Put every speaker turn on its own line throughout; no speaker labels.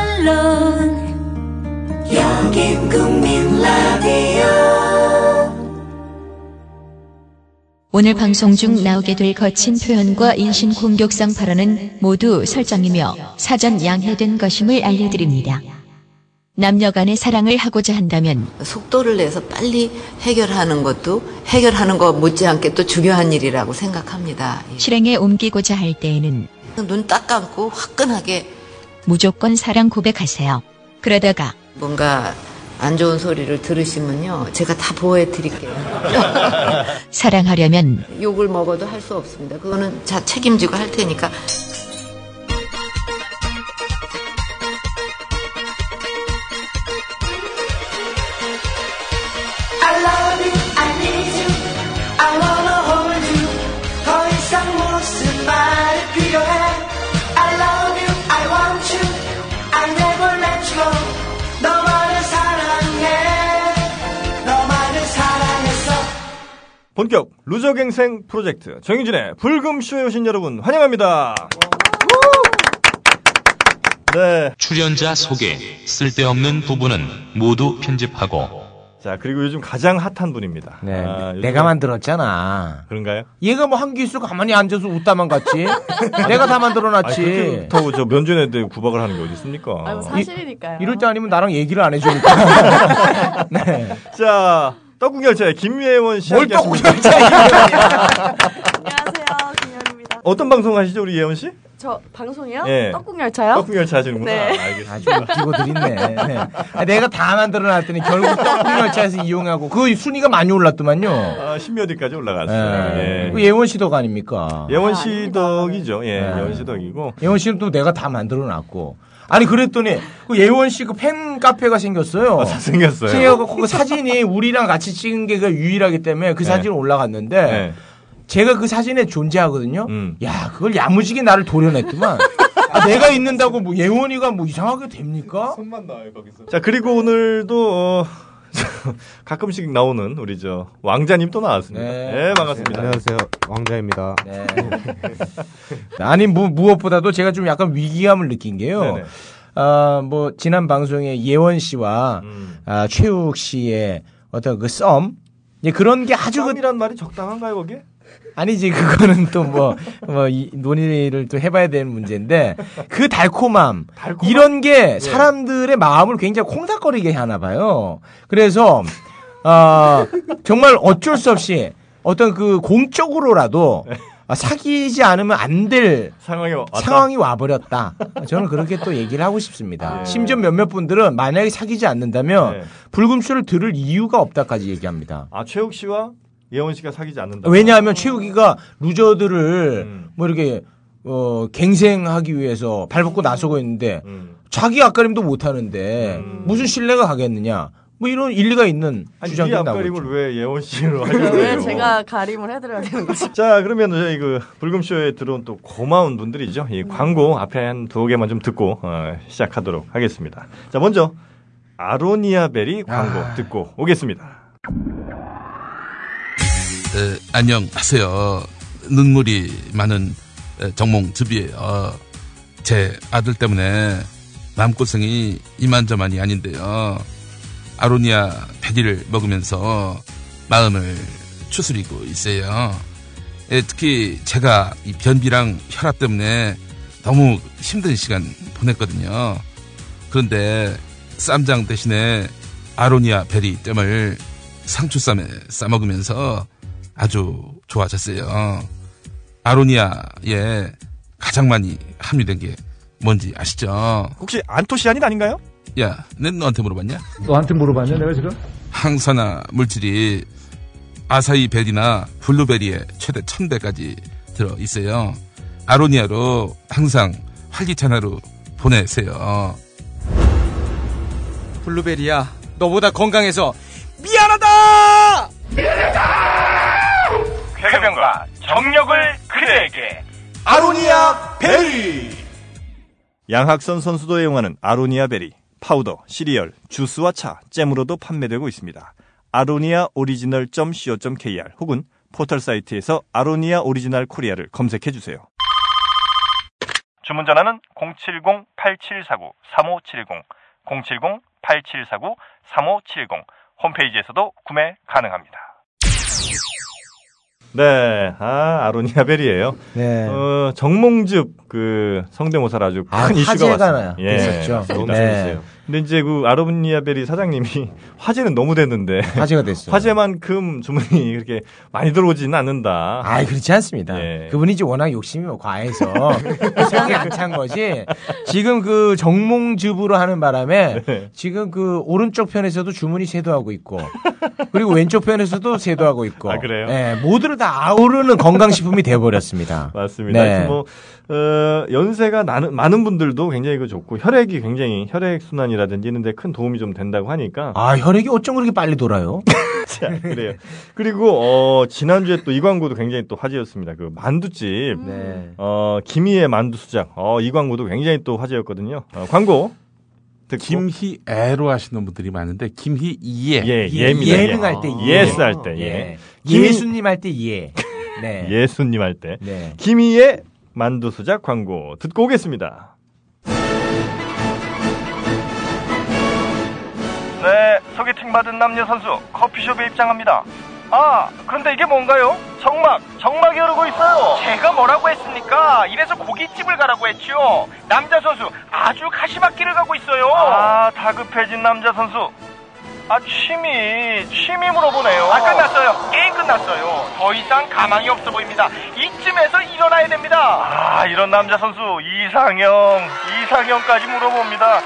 언론
여긴 국민 라디오
오늘 방송 중 나오게 될 거친 표현과 인신 공격성 발언은 모두 설정이며 사전 양해된 것임을 알려드립니다. 남녀 간의 사랑을 하고자 한다면
속도를 내서 빨리 해결하는 것도 해결하는 것 못지않게 또 중요한 일이라고 생각합니다. 예.
실행에 옮기고자 할 때에는
눈 딱 감고 화끈하게
무조건 사랑 고백하세요. 그러다가
뭔가 안 좋은 소리를 들으시면요. 제가 다 보호해 드릴게요.
사랑하려면
욕을 먹어도 할 수 없습니다. 그거는 자 책임지고 할 테니까.
I love you, I need you I wanna hold you 더 이상 무슨 말이 필요해 I love you, I want you I never let you go 너만을 사랑해 너만을 사랑했어
본격 루저갱생 프로젝트 정희진의 불금쇼에 오신 여러분 환영합니다. 네.
출연자 소개, 쓸데없는 부분은 모두 편집하고
자 그리고 요즘 가장 핫한 분입니다.
네.
아, 요즘-
내가 만들었잖아.
그런가요?
얘가 뭐 한기 있을 가만히 앉아서 웃다만 갔지. 내가 다
아니,
만들어놨지.
그렇게 더저 면전에 구박을 하는 게 어디 있습니까?
아유, 사실이니까요.
이럴 때 아니면 나랑 얘기를 안 해주니까. 네.
자 떡국열차의 김예원 씨.
뭘
함께 하십니다.
떡국열차
안녕하세요, 김현입니다.
어떤 방송 하시죠 우리 예원 씨?
저 방송이요?
예.
떡국열차요?
떡국열차 하시는구나.
네.
알겠습니다.
아주 웃기고 드리네. 네. 아, 내가 다 만들어놨더니 결국 떡국열차에서 이용하고 그 순위가 많이 올랐더만요.
아, 10몇 위까지 올라갔어요.
예.
예.
그 예원 씨도 아닙니까?
예원
아,
씨
아닙니다.
덕이죠. 예,
네.
예원 씨 덕이고.
예원 씨는 또 내가 다 만들어놨고. 아니 그랬더니 그 예원 씨 그 팬 카페가 생겼어요.
아, 잘생겼어요.
생겨서 그 사진이 우리랑 같이 찍은 게 그 유일하기 때문에 그
네.
사진 올라갔는데
네.
제가 그 사진에 존재하거든요.
음.
야, 그걸 야무지게 나를 도려냈더만. 아, 내가 있는다고 뭐 예원이가 뭐 이상하게 됩니까?
자 그리고 오늘도 어, 가끔씩 나오는 우리 저 왕자님 또 나왔습니다.
네.
예, 반갑습니다.
안녕하세요. 왕자입니다.
네. 아니 뭐 무엇보다도 제가 좀 약간 위기감을 느낀 게요.
네네.
아, 뭐 지난 방송에 예원 씨와
음.
아, 최욱 씨의 어떤 그 썸. 예, 그런 게 아주 그
쌈이란 말이 적당한가요 거기에?
아니지 그거는 또 뭐 뭐 이 논의를 또 해봐야 되는 문제인데 그 달콤함,
달콤함? 예.
이런 게 사람들의 마음을 굉장히 콩닥거리게 하나 봐요. 그래서 아 정말 어쩔 수 없이 어떤 그 공적으로라도 아, 사귀지 않으면 안 될
상황이 네. 왔다.
상황이 와버렸다. 저는 그렇게 또 얘기를 하고 싶습니다.
예.
심지어 몇몇 분들은 만약에 사귀지 않는다면
예.
불금쇼를 들을 이유가 없다까지 얘기합니다.
아 최욱 씨와 예원 씨가 사귀지 않는다.
왜냐하면 최욱이가 루저들을
음.
뭐 이렇게 어 갱생하기 위해서 발벗고 나서고 있는데
음.
자기 앞가림도 못 하는데
음.
무슨 신뢰가 가겠느냐 뭐 이런 일리가 있는
아니 이
주장도
앞가림을
나오죠.
왜 예원 씨로 하려고
왜
해요?
제가 가림을 해드려야 되는 거죠?
자 그러면 저희 그 불금쇼에 들어온 또 고마운 분들이죠.
네.
이 광고 앞에 한 두 개만 좀 듣고 어, 시작하도록 하겠습니다. 자 먼저 아로니아 베리 광고
아.
듣고 오겠습니다.
에, 안녕하세요. 눈물이 많은 에, 정몽즙이에요. 어, 제 아들 때문에 마음고생이 이만저만이 아닌데요. 아로니아 베리를 먹으면서 마음을 추스리고 있어요. 에, 특히 제가 이 변비랑 혈압 때문에 너무 힘든 시간 보냈거든요. 그런데 쌈장 대신에 아로니아 베리 잼을 상추쌈에 싸먹으면서 아주 좋아졌어요. 아로니아에 가장 많이 함유된 게 뭔지 아시죠?
혹시 안토시아닌 아닌가요?
야, 내 너한테 물어봤냐?
너한테 물어봤냐, 내가 지금?
항산화 물질이 아사이 베리나 블루베리에 최대 1000배까지 들어 있어요. 아로니아로 항상 활기찬 하루 보내세요.
블루베리야 너보다 건강해서 미안하다.
쾌변과 정력을 그대에게.
아로니아 베리 양학선 선수도 애용하는 아로니아 베리 파우더, 시리얼, 주스와 차, 잼으로도 판매되고 있습니다. 아로니아 오리지널 .co.kr 혹은 포털 사이트에서 아로니아 오리지널 코리아를 검색해 주세요. 주문 전화는 070-8749-3570, 070-8749-3570 홈페이지에서도 구매 가능합니다. 네, 아 아로니아 벨이에요.
네.
어, 정몽즙 그 성대모사를 아주 큰
아,
이슈가
화제가
왔어요.
나요. 됐었죠.
맞습니다.
너무 재밌어요.
네. 근데 이제 그 아로니아 벨이 사장님이 화제는 너무 됐는데
화제가 됐어요.
화제만큼 주문이 그렇게 많이 들어오지는 않는다.
아, 그렇지 않습니다.
예.
그분이 이제 워낙 욕심이 뭐 과해서 생각이 안 찬 거지. 지금 그 정몽즙으로 하는 바람에
네.
지금 그 오른쪽 편에서도 주문이 세도하고 있고 그리고 왼쪽 편에서도 세도하고 있고.
아, 그래요?
예, 모두를 다 아우르는 건강식품이 돼버렸습니다.
맞습니다.
네.
그래서 뭐 어, 연세가 나는, 많은 분들도 굉장히 그 좋고 혈액이 굉장히 혈액 순환이라든지 이런데 큰 도움이 좀 된다고 하니까
아, 네. 혈액이 어쩜 그렇게 빨리 돌아요?
자, 그래요. 그리고 어, 지난주에 또 이 광고도 굉장히 또 화제였습니다. 그 만두집
네.
어, 김희의 만두 수작 어, 이 광고도 굉장히 또 화제였거든요. 어, 광고 듣고
김희애로 하시는 분들이 많은데 김희이에
예, 예입니다.
예능 할 때
예.
예.
예스 할 때 예.
예. 김혜수님 할 때 예. 네.
예수님 할 때.
네.
김희의 만두 수작 광고 듣고 오겠습니다. 네, 소개팅 받은 남녀 선수 커피숍에 입장합니다. 아, 그런데 이게 뭔가요? 정막, 정막이 흐르고 있어요. 제가 뭐라고 했습니까? 이래서 고깃집을 가라고 했지요. 남자 선수 아주 가시밭길을 가고 있어요. 아, 다급해진 남자 선수. 아, 취미, 취미 물어보네요. 아, 끝났어요. 게임 끝났어요. 더 이상 가망이 없어 보입니다. 이쯤에서 일어나야 됩니다. 아, 이런 남자 선수, 이상형, 이상형까지 물어봅니다.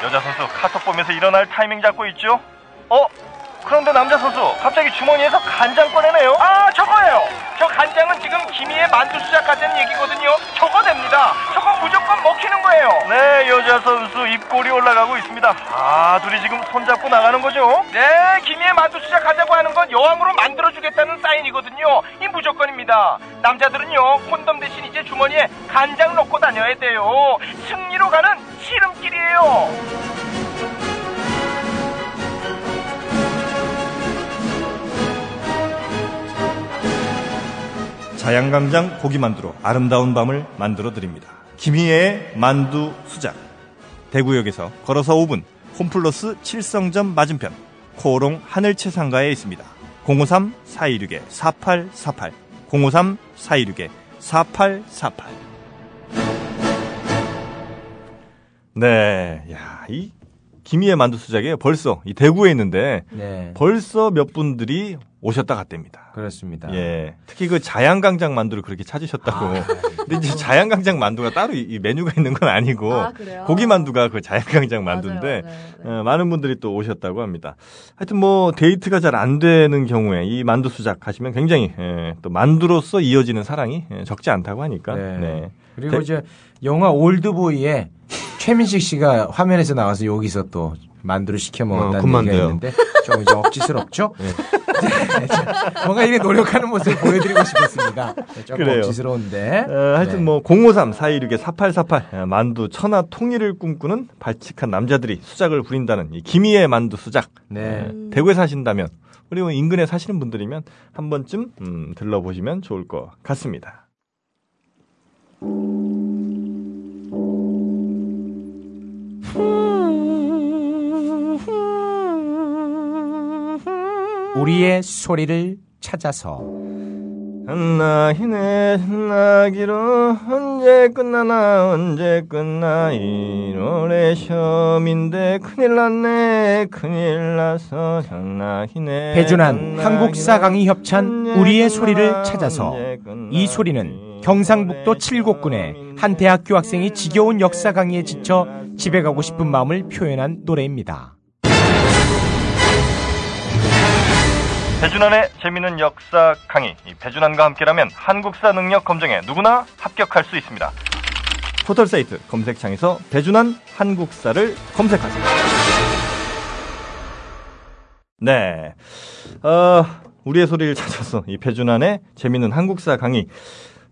여자 선수 카톡 보면서 일어날 타이밍 잡고 있죠? 어? 그런데 남자 선수 갑자기 주머니에서 간장 꺼내네요. 아 저거예요. 저 간장은 지금 김희의 만두 수작 같은 얘기거든요. 저거 됩니다. 저거 무조건 먹히는 거예요. 네 여자 선수 입꼬리 올라가고 있습니다. 아 둘이 지금 손잡고 나가는 거죠? 네 김희의 만두 수작 하자고 하는 건 여왕으로 만들어주겠다는 사인이거든요. 이 무조건입니다. 남자들은요 콘돔 대신 이제 주머니에 간장 넣고 다녀야 돼요. 승리로 가는 시름길이에요. 자양강장 고기만두로 아름다운 밤을 만들어 드립니다. 김희애의 만두 수작. 대구역에서 걸어서 5분 홈플러스 7성점 맞은편 코오롱 하늘채상가에 있습니다. 053-426-4848 053-426-4848 네, 야, 이 김희애 만두 수작에 벌써 이 대구에 있는데
네.
벌써 몇 분들이 오셨다 갔답니다.
그렇습니다.
예. 특히 그 자양강장 만두를 그렇게 찾으셨다고.
아, 네.
근데 이제 자양강장 만두가 따로 이, 이 메뉴가 있는 건 아니고
아, 그래요?
고기 만두가 그 자양강장
맞아요,
만두인데
맞아요. 네.
어, 많은 분들이 또 오셨다고 합니다. 하여튼 뭐 데이트가 잘 안 되는 경우에 이 만두 수작 하시면 굉장히 예, 또 만두로서 이어지는 사랑이 예, 적지 않다고 하니까.
네.
네.
그리고
대-
이제 영화 올드보이에 최민식 씨가 화면에서 나와서 여기서 또 만두를 시켜
어,
먹었다는
군만두요.
얘기가 있는데 좀 이제 억지스럽죠?
네.
네, 뭔가 이래 노력하는 모습을 보여드리고 싶었습니다. 네, 조금
그래요.
억지스러운데.
어, 하여튼
네.
뭐 053, 426의 4848 어, 만두 천하 통일을 꿈꾸는 발칙한 남자들이 수작을 부린다는 이 김희의 만두 수작
네.
예, 대구에 사신다면 그리고 뭐 인근에 사시는 분들이면 한 번쯤 음, 들러보시면 좋을 것 같습니다. 뭐
우리의 소리를 찾아서
한나희네 신나기로 언제 끝나나 언제 끝나 1월에 시험인데 큰일 났네 큰일 나서 한나희네
배준한 한국사 강의 협찬 우리의 소리를 찾아서 이 소리는 경상북도 칠곡군의 한 대학교 학생이 지겨운 역사 강의에 지쳐 집에 가고 싶은 마음을 표현한 노래입니다.
배준환의 재미있는 역사 강의 이 배준환과 함께라면 한국사 능력 검정에 누구나 합격할 수 있습니다. 포털사이트 검색창에서 배준환 한국사를 검색하세요. 네, 어, 우리의 소리를 찾아서 이 배준환의 재미있는 한국사 강의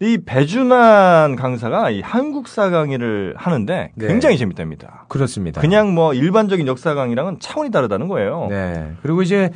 이 배준환 강사가 이 한국사 강의를 하는데
네.
굉장히 재밌답니다.
그렇습니다.
그냥 뭐 일반적인 역사 강의랑은 차원이 다르다는 거예요.
네. 그리고 이제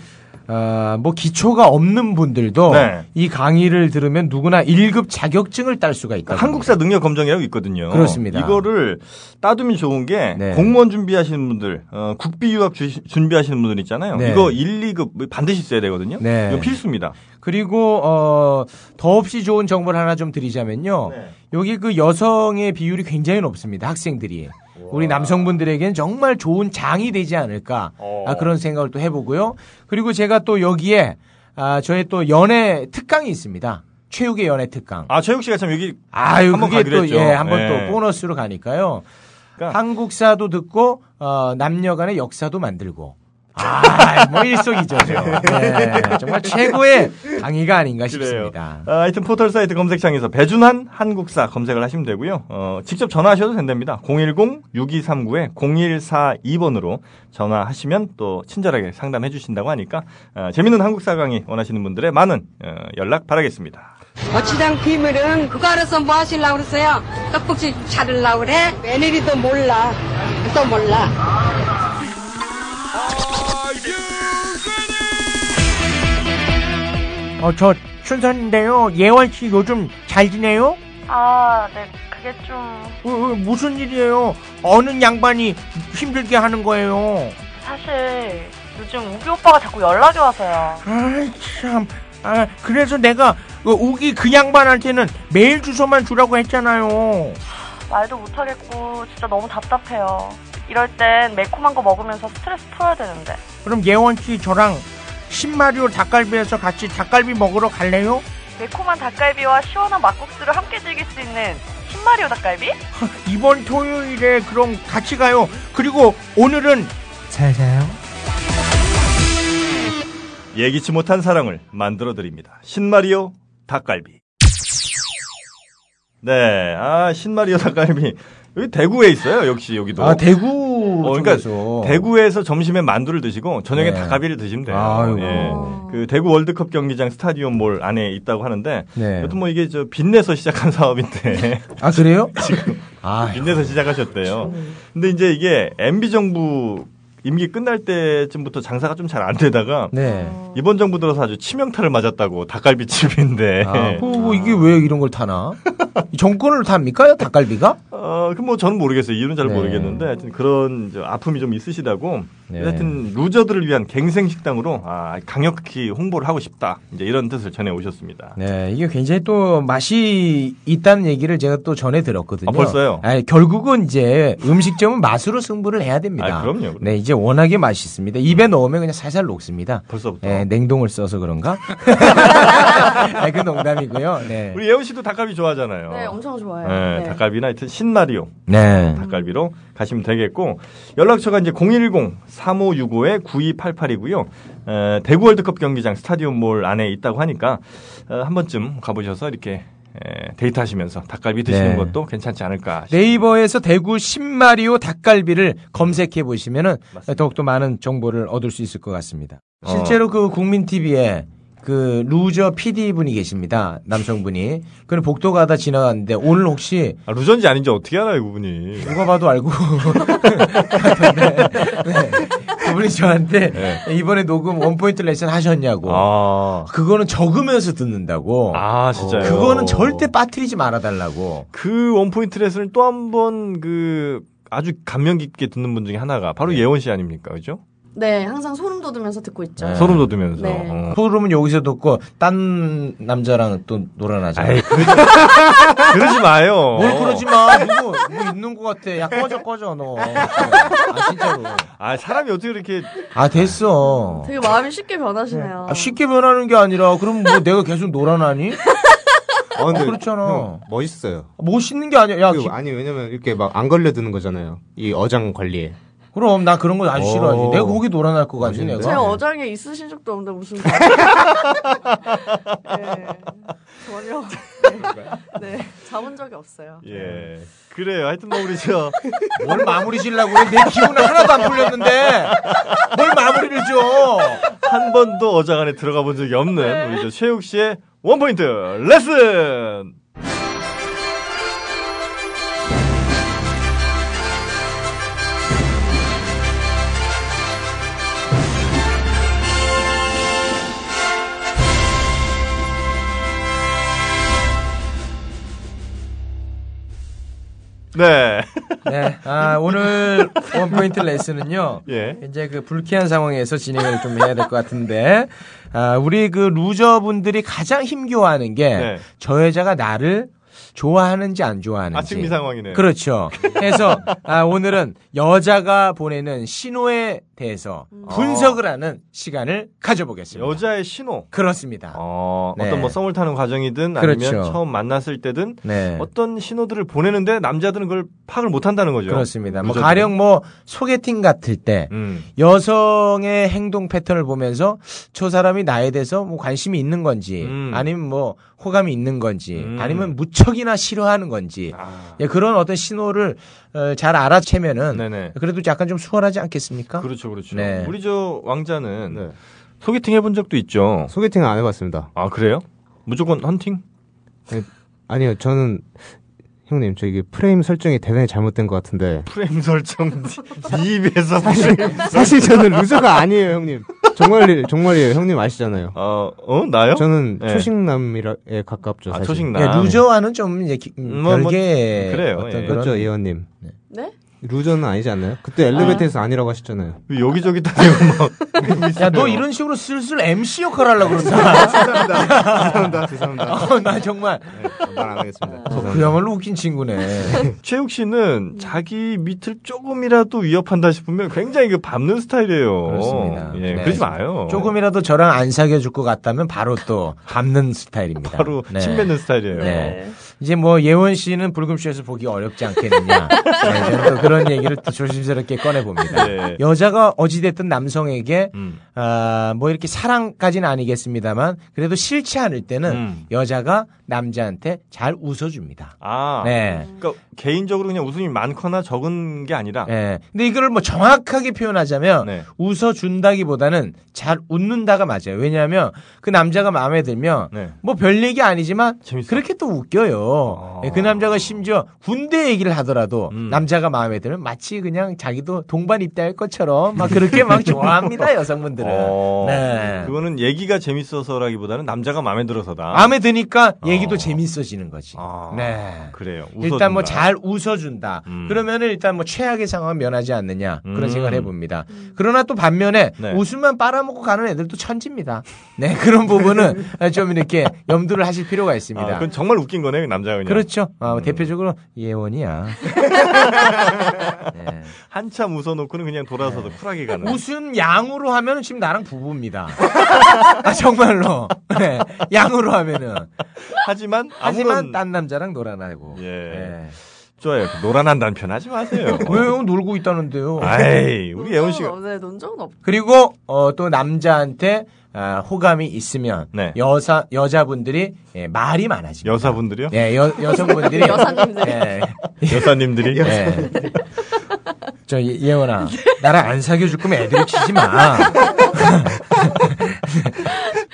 아, 뭐 기초가 없는 분들도
네.
이 강의를 들으면 누구나 1급 자격증을 딸 수가 있다.
그 그러니까 한국사 능력 검정이라고 있거든요.
그렇습니다.
이거를 따두면 좋은 게
네.
공무원 준비하시는 분들, 어, 국비 유학 주시- 준비하시는 분들 있잖아요.
네.
이거 1, 2급 뭐 반드시 써야 되거든요.
네.
이거 필수입니다.
그리고 어 더없이 좋은 정보를 하나 좀 드리자면요.
네.
여기 그 여성의 비율이 굉장히 높습니다. 학생들이. 우리 남성분들에겐 정말 좋은 장이 되지 않을까
어.
아, 그런 생각을 또 해보고요. 그리고 제가 또 여기에 아, 저의 또 연애 특강이 있습니다. 최욱의 연애 특강.
아 최욱 씨가 참 여기
아유
한번
그게
가기로
또
했죠.
예, 한번
예.
또 보너스로 가니까요.
그러니까-
한국사도 듣고 어, 남녀간의 역사도 만들고. 아, 뭐 일석이조죠. 예, 정말 최고의 강의가 아닌가
네. 그래요.
싶습니다.
아, 하여튼 포털 사이트 검색창에서 배준한 한국사 검색을 하시면 되고요. 어, 직접 전화하셔도 된답니다. 010-6239-0142번으로 전화하시면 또 친절하게 상담해 주신다고 하니까 어, 재밌는 한국사 강의 원하시는 분들의 많은 어, 연락 바라겠습니다.
거치당 비밀은 그거 알아서 뭐 하실라 그러세요? 떡국지 차들라 그래? 며느리도 몰라. 또 몰라.
어, 저 춘선인데요. 예원 씨 요즘 잘 지내요? 어,
아, 네. 그게 좀
무슨 일이에요? 어느 양반이 힘들게 하는 거예요?
사실 요즘 우기 오빠가 자꾸 연락이 와서요.
아 참. 아, 그래서 내가 그 우기 그 양반한테는 메일 주소만 주라고 했잖아요.
말도 못 하겠고 진짜 너무 답답해요. 이럴 땐 매콤한 거 먹으면서 스트레스 풀어야 되는데.
그럼 예원 씨 저랑 신마리오 닭갈비에서 같이 닭갈비 먹으러 갈래요?
매콤한 닭갈비와 시원한 막국수를 함께 즐길 수 있는 신마리오 닭갈비?
이번 토요일에 그럼 같이 가요. 그리고 오늘은 잘 자요.
예기치 못한 사랑을 만들어 드립니다. 신마리오 닭갈비. 네, 아 신마리오 닭갈비 여기 대구에 있어요. 역시 여기도.
아 대구
어, 그러니까
쪽에서
대구에서 점심에 만두를 드시고 저녁에
네.
닭갈비를 드시면 돼요.
아이고.
예. 그 대구 월드컵 경기장 스타디움몰 안에 있다고 하는데
네.
여튼 뭐 이게 저 빚내서 시작한 사업인데
아 그래요? 지금 아
빚내서 시작하셨대요. 근데 이제 이게 MB 정부 임기 끝날 때쯤부터 장사가 좀 잘 안 되다가
네.
이번 정부 들어서 아주 치명타를 맞았다고 닭갈비집인데
아, 그, 뭐 이게 왜 이런 걸 타나? 이 정권을 탑니까 닭갈비가?
어, 그뭐 저는 모르겠어요. 이유는 잘
네.
모르겠는데 하여튼 그런 저 아픔이 좀 있으시다고.
네.
하여튼 루저들을 위한 갱생 식당으로 아, 강력히 홍보를 하고 싶다. 이제 이런 뜻을 전해 오셨습니다.
네, 이게 굉장히 또 맛이 있다는 얘기를 제가 또 전에 들었거든요.
아, 벌써요?
아니, 결국은 이제 음식점은 맛으로 승부를 해야 됩니다.
아, 그럼요, 그럼요.
네, 이제 워낙에 맛있습니다. 입에 넣으면 그냥 살살 녹습니다.
벌써부터.
네, 냉동을 써서 그런가? 아, 그 농담이고요. 네.
우리 예원 씨도 닭갈비 좋아하잖아요.
네, 엄청 좋아해요.
네,
네.
닭갈비나 하여튼 신마리오
네.
닭갈비로 가시면 되겠고 연락처가 이제 010-3565-9288이고요. 대구 월드컵 경기장 스타디움몰 안에 있다고 하니까 어, 한 번쯤 가보셔서 이렇게 에, 데이트하시면서 닭갈비 드시는
네.
것도 괜찮지 않을까 싶
네이버에서 대구 신마리오 닭갈비를 검색해 보시면은
맞습니다. 어.
더욱더 많은 정보를 얻을 수 있을 것 같습니다. 실제로 그 국민 TV에 그 루저 PD 분이 계십니다. 남성분이. 그는 복도 가다 지나갔는데 오늘 혹시
아, 루전지 아닌지 어떻게 알아요, 그분이.
누가 봐도 알고 같은데, 네. 그분이 저한테 이번에 녹음 원포인트 레슨 하셨냐고.
네. 아,
그거는 적으면서 듣는다고.
아 진짜요?
어. 그거는 절대 빠뜨리지 말아달라고.
그 원포인트 레슨을 또 한 번 그 아주 감명 깊게 듣는 분 중에 하나가 바로
네.
예원 씨 아닙니까? 그죠?
네, 항상 소름 돋으면서 듣고 있죠.
네.
소름 돋으면서.
네.
어.
소름은 여기서 듣고 딴 남자랑 또 놀아나잖아.
아이, 그러지, 그러지 마요.
뭘 네, 그러지 마. 누구 뭐 있는 것 같아. 야 꺼져 꺼져 너. 아 진짜로.
아, 사람이 어떻게 이렇게
아 됐어.
되게 마음이 쉽게 변하시네요.
아, 쉽게 변하는 게 아니라 그럼 뭐 내가 계속 놀아나니?
어, 근데
어, 그렇잖아.
형, 멋있어요.
멋있는 게 아니야. 야
그,
기-
아니 왜냐면 이렇게 막 안 걸려드는 거잖아요. 이 어장 관리에.
그럼 나 그런 거 아주 싫어하지.
오.
내가 거기 놀아날 것 같니 내가.
제 어장에 있으신 적도 없는데 무슨 네. 전혀 네. 네. 잡은 적이 없어요.
예. 그래요. 하여튼 뭐 우리 저
뭘 마무리 지려고 그래. 내 기운은 하나도 안 풀렸는데 뭘 마무리를 줘.
한 번도 어장 안에 들어가 본 적이 없는 우리 저 최욱 씨의 원포인트 레슨. 네.
네. 아, 오늘 원포인트 레슨은요.
예.
이제 그 불쾌한 상황에서 진행을 좀 해야 될 것 같은데. 아, 우리 그 루저분들이 가장 힘겨워하는 게
네.
저 여자가 나를 좋아하는지 안 좋아하는지.
아침이 상황이네요.
그렇죠. 그래서 아, 오늘은 여자가 보내는 신호에 대해서 분석을 하는 시간을 가져보겠습니다.
음. 여자의 신호.
그렇습니다.
어,
네.
어떤 뭐 썸을 타는 과정이든 아니면
그렇죠.
처음 만났을 때든
네.
어떤 신호들을 보내는데 남자들은 그걸 파악을 못 한다는 거죠.
그렇습니다. 뭐
루저들은.
가령 뭐 소개팅 같을 때
음.
여성의 행동 패턴을 보면서 저 사람이 나에 대해서 뭐 관심이 있는 건지
음.
아니면 뭐 호감이 있는 건지
음.
아니면 무척이나 싫어하는 건지
아,
예, 그런 어떤 신호를 어, 잘 알아채면은
네네.
그래도 약간 좀 수월하지 않겠습니까?
그렇죠, 그렇죠.
네.
우리 저 왕자는
네.
소개팅 해본 적도 있죠.
소개팅은 안 해봤습니다.
아 그래요? 무조건 헌팅?
아니요, 저는 형님 저 이게 프레임 설정이 대단히 잘못된 것 같은데
프레임 설정 네 입에서 프레임.
사실 저는 루저가 아니에요, 형님. 정말 정말이에요, 형님 아시잖아요.
어, 어 나요?
저는
네.
초식남이라에 가깝죠.
아,
사실.
초식남.
예, 루저와는 좀 이제 기-
음, 뭐, 뭐,
별개의
그래요,
어떤
예.
그런
그렇죠, 예원님.
네?
루저는 아니지 않나요? 그때 엘리베이터에서 아니라고 하셨잖아요.
왜 여기저기 다니고 뭐. 막. 그러고 있어요?
야, 너 이런 식으로 슬슬 MC 역할 하려고 그런다.
아,
죄송합니다, 죄송합니다.
어, 나 정말.
네,
말안 하겠습니다.
그야말로 웃긴 친구네.
최욱
음.
씨는 자기 밑을 조금이라도 위협한다 싶으면 굉장히 그 밟는 스타일이에요.
그렇습니다.
예,
네.
그러지 마요.
조금이라도 저랑 안 사귀어 줄 것 같다면 바로 또 밟는 스타일입니다.
바로
네.
침 뱉는 스타일이에요.
네. 이제 뭐 예원 씨는 불금쇼에서 보기 어렵지 않겠느냐. 네, 저는 또 그런 얘기를 또 조심스럽게 꺼내 봅니다.
예.
여자가 어찌됐든 남성에게
음.
아, 뭐 이렇게 사랑까지는 아니겠습니다만 그래도 싫지 않을 때는
음.
여자가 남자한테 잘 웃어줍니다.
아,
네.
그러니까 개인적으로 그냥 웃음이 많거나 적은 게 아니라
예. 근데 이거를 뭐 정확하게 표현하자면
네.
웃어준다기보다는 잘 웃는다가 맞아요. 왜냐하면 그 남자가 마음에 들면
네.
뭐 별 얘기 아니지만
재밌어요.
그렇게 또 웃겨요.
아.
예, 그 남자가 심지어 군대 얘기를 하더라도
음.
남자가 마음에 들면 마치 그냥 자기도 동반 입대할 것처럼 막 그렇게 막 좋아합니다 여성분들은.
어,
네.
그거는 얘기가 재밌어서라기보다는 남자가 마음에 들어서다.
마음에 드니까 얘기도
아. 어.
재밌어지는 거지.
아,
네.
그래요.
일단 뭐
웃어준다. 아,
잘 웃어준다.
음.
그러면은 일단 뭐 최악의 상황은 면하지 않느냐 그런
음.
생각을 해봅니다. 그러나 또 반면에
네.
웃음만 빨아먹고 가는 애들도 천지입니다. 네 그런 부분은 좀 이렇게 염두를 하실 필요가
아,
있습니다.
그건 음. 정말 웃긴 거네, 요 남자가 그냥.
그렇죠. 아, 대표적으로 예원이야. 네.
한참 웃어놓고는 그냥 돌아서서 쿨하게 가는.
웃음 양으로 하면 지금 나랑 부부입니다. 아, 정말로 네. 양으로 하면은
하지만
하지만
아무런
딴 남자랑 놀아나고.
예.
네.
좋아요. 그 노란한 남편 하지 마세요.
왜요? 놀고 있다는데요.
아이, 우리 예원 씨가
네, 논 적은 없.
그리고 어, 또 남자한테 아, 호감이 있으면
네.
여사 여자분들이 예, 말이 많아집니다.
여사분들이요?
예, 여, 여성분들이
여사님들.
예,
여사님들이
예. 저 예- 예원아, 나랑 안 사귀어 줄 거면 애들 치지 마.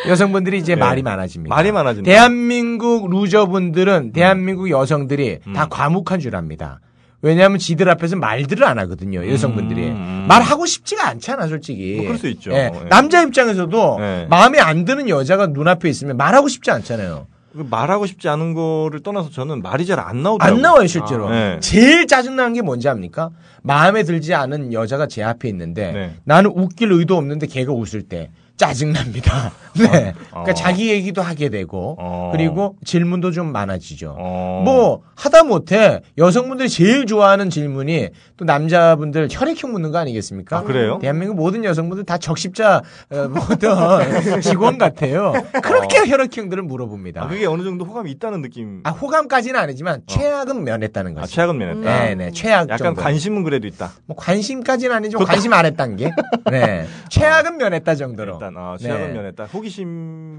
여성분들이 이제
네.
말이 많아집니다.
말이 많아진다. 음.
대한민국 루저분들은 대한민국 여성들이 다 과묵한 줄 압니다. 왜냐하면 지들 앞에서 말들을 안 하거든요. 여성분들이
음.
말하고 싶지가 않잖아, 솔직히.
뭐 그럴 수 있죠.
예.
예.
남자 입장에서도
예.
마음에 안 드는 여자가 눈앞에 있으면 말하고 싶지 않잖아요.
그 말하고 싶지 않은 거를 떠나서 저는 말이 잘 안 나오더라고요.
안 나와요 실제로.
아, 네.
제일 짜증나는 게 뭔지 압니까? 마음에 들지 않은 여자가 제 앞에 있는데
네.
나는 웃길 의도 없는데 걔가 웃을 때 짜증납니다. 네. 그러니까
어.
자기 얘기도 하게 되고
어.
그리고 질문도 좀 많아지죠.
어.
뭐 하다 못해 여성분들이 제일 좋아하는 질문이 또 남자분들 혈액형 묻는 거 아니겠습니까?
아, 그래요?
대한민국 모든 여성분들 다 적십자 어, 모든 직원 같아요. 그렇게 혈액형들을 물어봅니다.
어. 아, 그게 어느 정도 호감이 있다는 느낌.
아 호감까지는 아니지만 최악은 면했다는
아,
거죠.
최악은
음.
면했다.
네네 최악
약간
정도.
관심은 그 그래도 있다.
뭐 관심까지는 아니지만 관심 안 했다는 게. 네 최악은 면했다 정도로.
일단 아,
네.
최악은 면했다. 네. 호기심.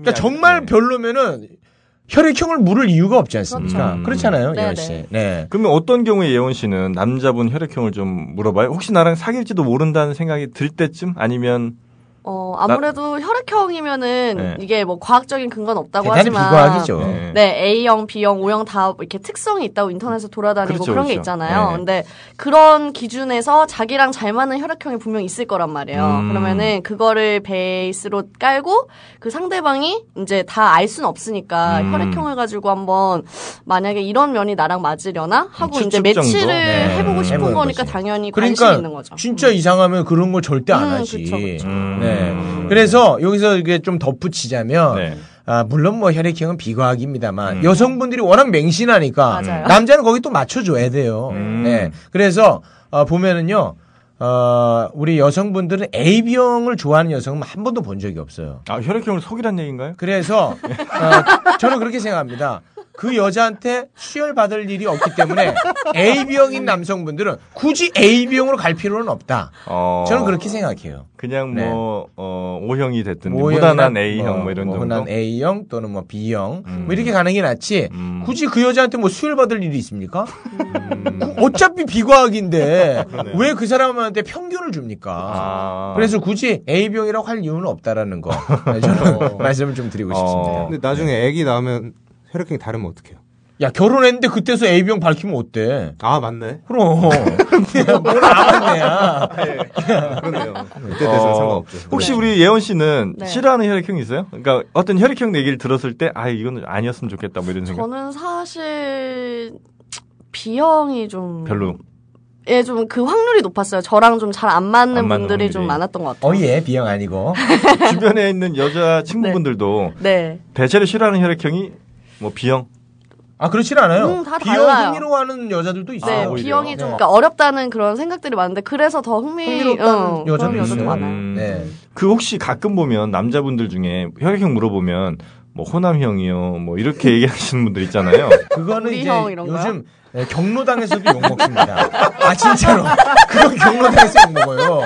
그러니까 정말 별로면은 혈액형을 물을 이유가 없지 않습니까?
그렇죠.
그렇잖아요
네,
예원 씨. 네.
그러면 어떤 경우에 예원 씨는 남자분 혈액형을 좀 물어봐요? 혹시 나랑 사귈지도 모른다는 생각이 들 때쯤 아니면
어, 아무래도 혈액형이면은
네.
이게 뭐 과학적인 근거는 없다고
대단히
하지만
비과학이죠.
네.
네, A형, B형, O형 다 이렇게 특성이 있다고 인터넷에 돌아다니고
그렇죠,
그런게
그렇죠.
있잖아요.
네.
근데 그런 기준에서 자기랑 잘 맞는 혈액형이 분명 있을 거란 말이에요.
음.
그러면은 그거를 베이스로 깔고 그 상대방이 이제 다 알 수는 없으니까
음.
혈액형을 가지고 한번 만약에 이런 면이 나랑 맞으려나 하고
추측
이제 매치를
음, 정도?
네,
해보고 싶은
해보는
거니까
거지.
당연히 관심이
그러니까
있는 거죠.
진짜 이상하면 그런 거 절대 안
음,
하지.
그쵸, 그쵸.
음.
네. 그래서 여기서 이게 좀 덧붙이자면
네.
아, 물론 뭐 혈액형은 비과학입니다만
음.
여성분들이 워낙 맹신하니까
맞아요.
남자는 거기 또 맞춰줘야 돼요.
음.
네. 그래서 어, 보면은요. 어, 우리 여성분들은 AB형을 좋아하는 여성은 한 번도 본 적이 없어요.
아, 혈액형을 속이란 얘기인가요?
그래서 어, 저는 그렇게 생각합니다. 그 여자한테 수혈 받을 일이 없기 때문에 AB형인 남성분들은 굳이 AB형으로 갈 필요는 없다.
어,
저는 그렇게 생각해요.
그냥
네.
뭐 어, O형이 됐든
뭐
무단한
형이나
A형 뭐 이런 정도.
무단한 A형 또는 뭐 B형
음.
뭐 이렇게 가는 게 낫지.
음.
굳이 그 여자한테 뭐 수혈 받을 일이 있습니까? 그 어차피 비과학인데 왜 그 사람한테 편견을 줍니까?
아.
그래서 굳이 A형이라고 할 이유는 없다라는 거 네, 저는 말씀을 좀 드리고 싶습니다. 네.
어.
근데 나중에 애기 나오면 혈액형이 다르면 어떡해요?
야 결혼했는데 그때서 A형 밝히면 어때?
아 맞네.
그럼 뭘 알았냐?
그러네요. 이때 돼서 상관없죠.
어. 혹시
네.
우리 예원 씨는
네.
싫어하는 혈액형이 있어요? 그러니까 어떤 혈액형 얘기를 들었을 때, 아, 이건 아니었으면 좋겠다, 뭐 이런 생각.
저는 사실 B형이 좀
별로.
예, 좀 그 확률이 높았어요. 저랑 좀 잘 안 맞는
안 맞는
분들이
확률이.
좀 많았던 것 같아요.
어예 B형 아니고
주변에 있는 여자 친구분들도
네.
대체로 싫어하는 혈액형이 뭐 B형?
아 그렇진 않아요.
음, 다
B형
달라요.
흥미로워하는 여자들도
네,
있어요.
오히려.
B형이 좀
네.
그러니까 어렵다는 그런 생각들이 많은데 그래서 더 흥미
흥미롭다는
어, 그런
여자도 있어요.
많아요.
음.
네.
그 혹시 가끔 보면 남자분들 중에 혈액형 물어보면 뭐 호남형이요, 뭐 이렇게 얘기하시는 분들 있잖아요.
그거는
우리
이제
형 이런 거요?
요즘 네, 경로당에서도 욕 먹습니다. 아 진짜로 그건 경로당에서 욕 먹어요.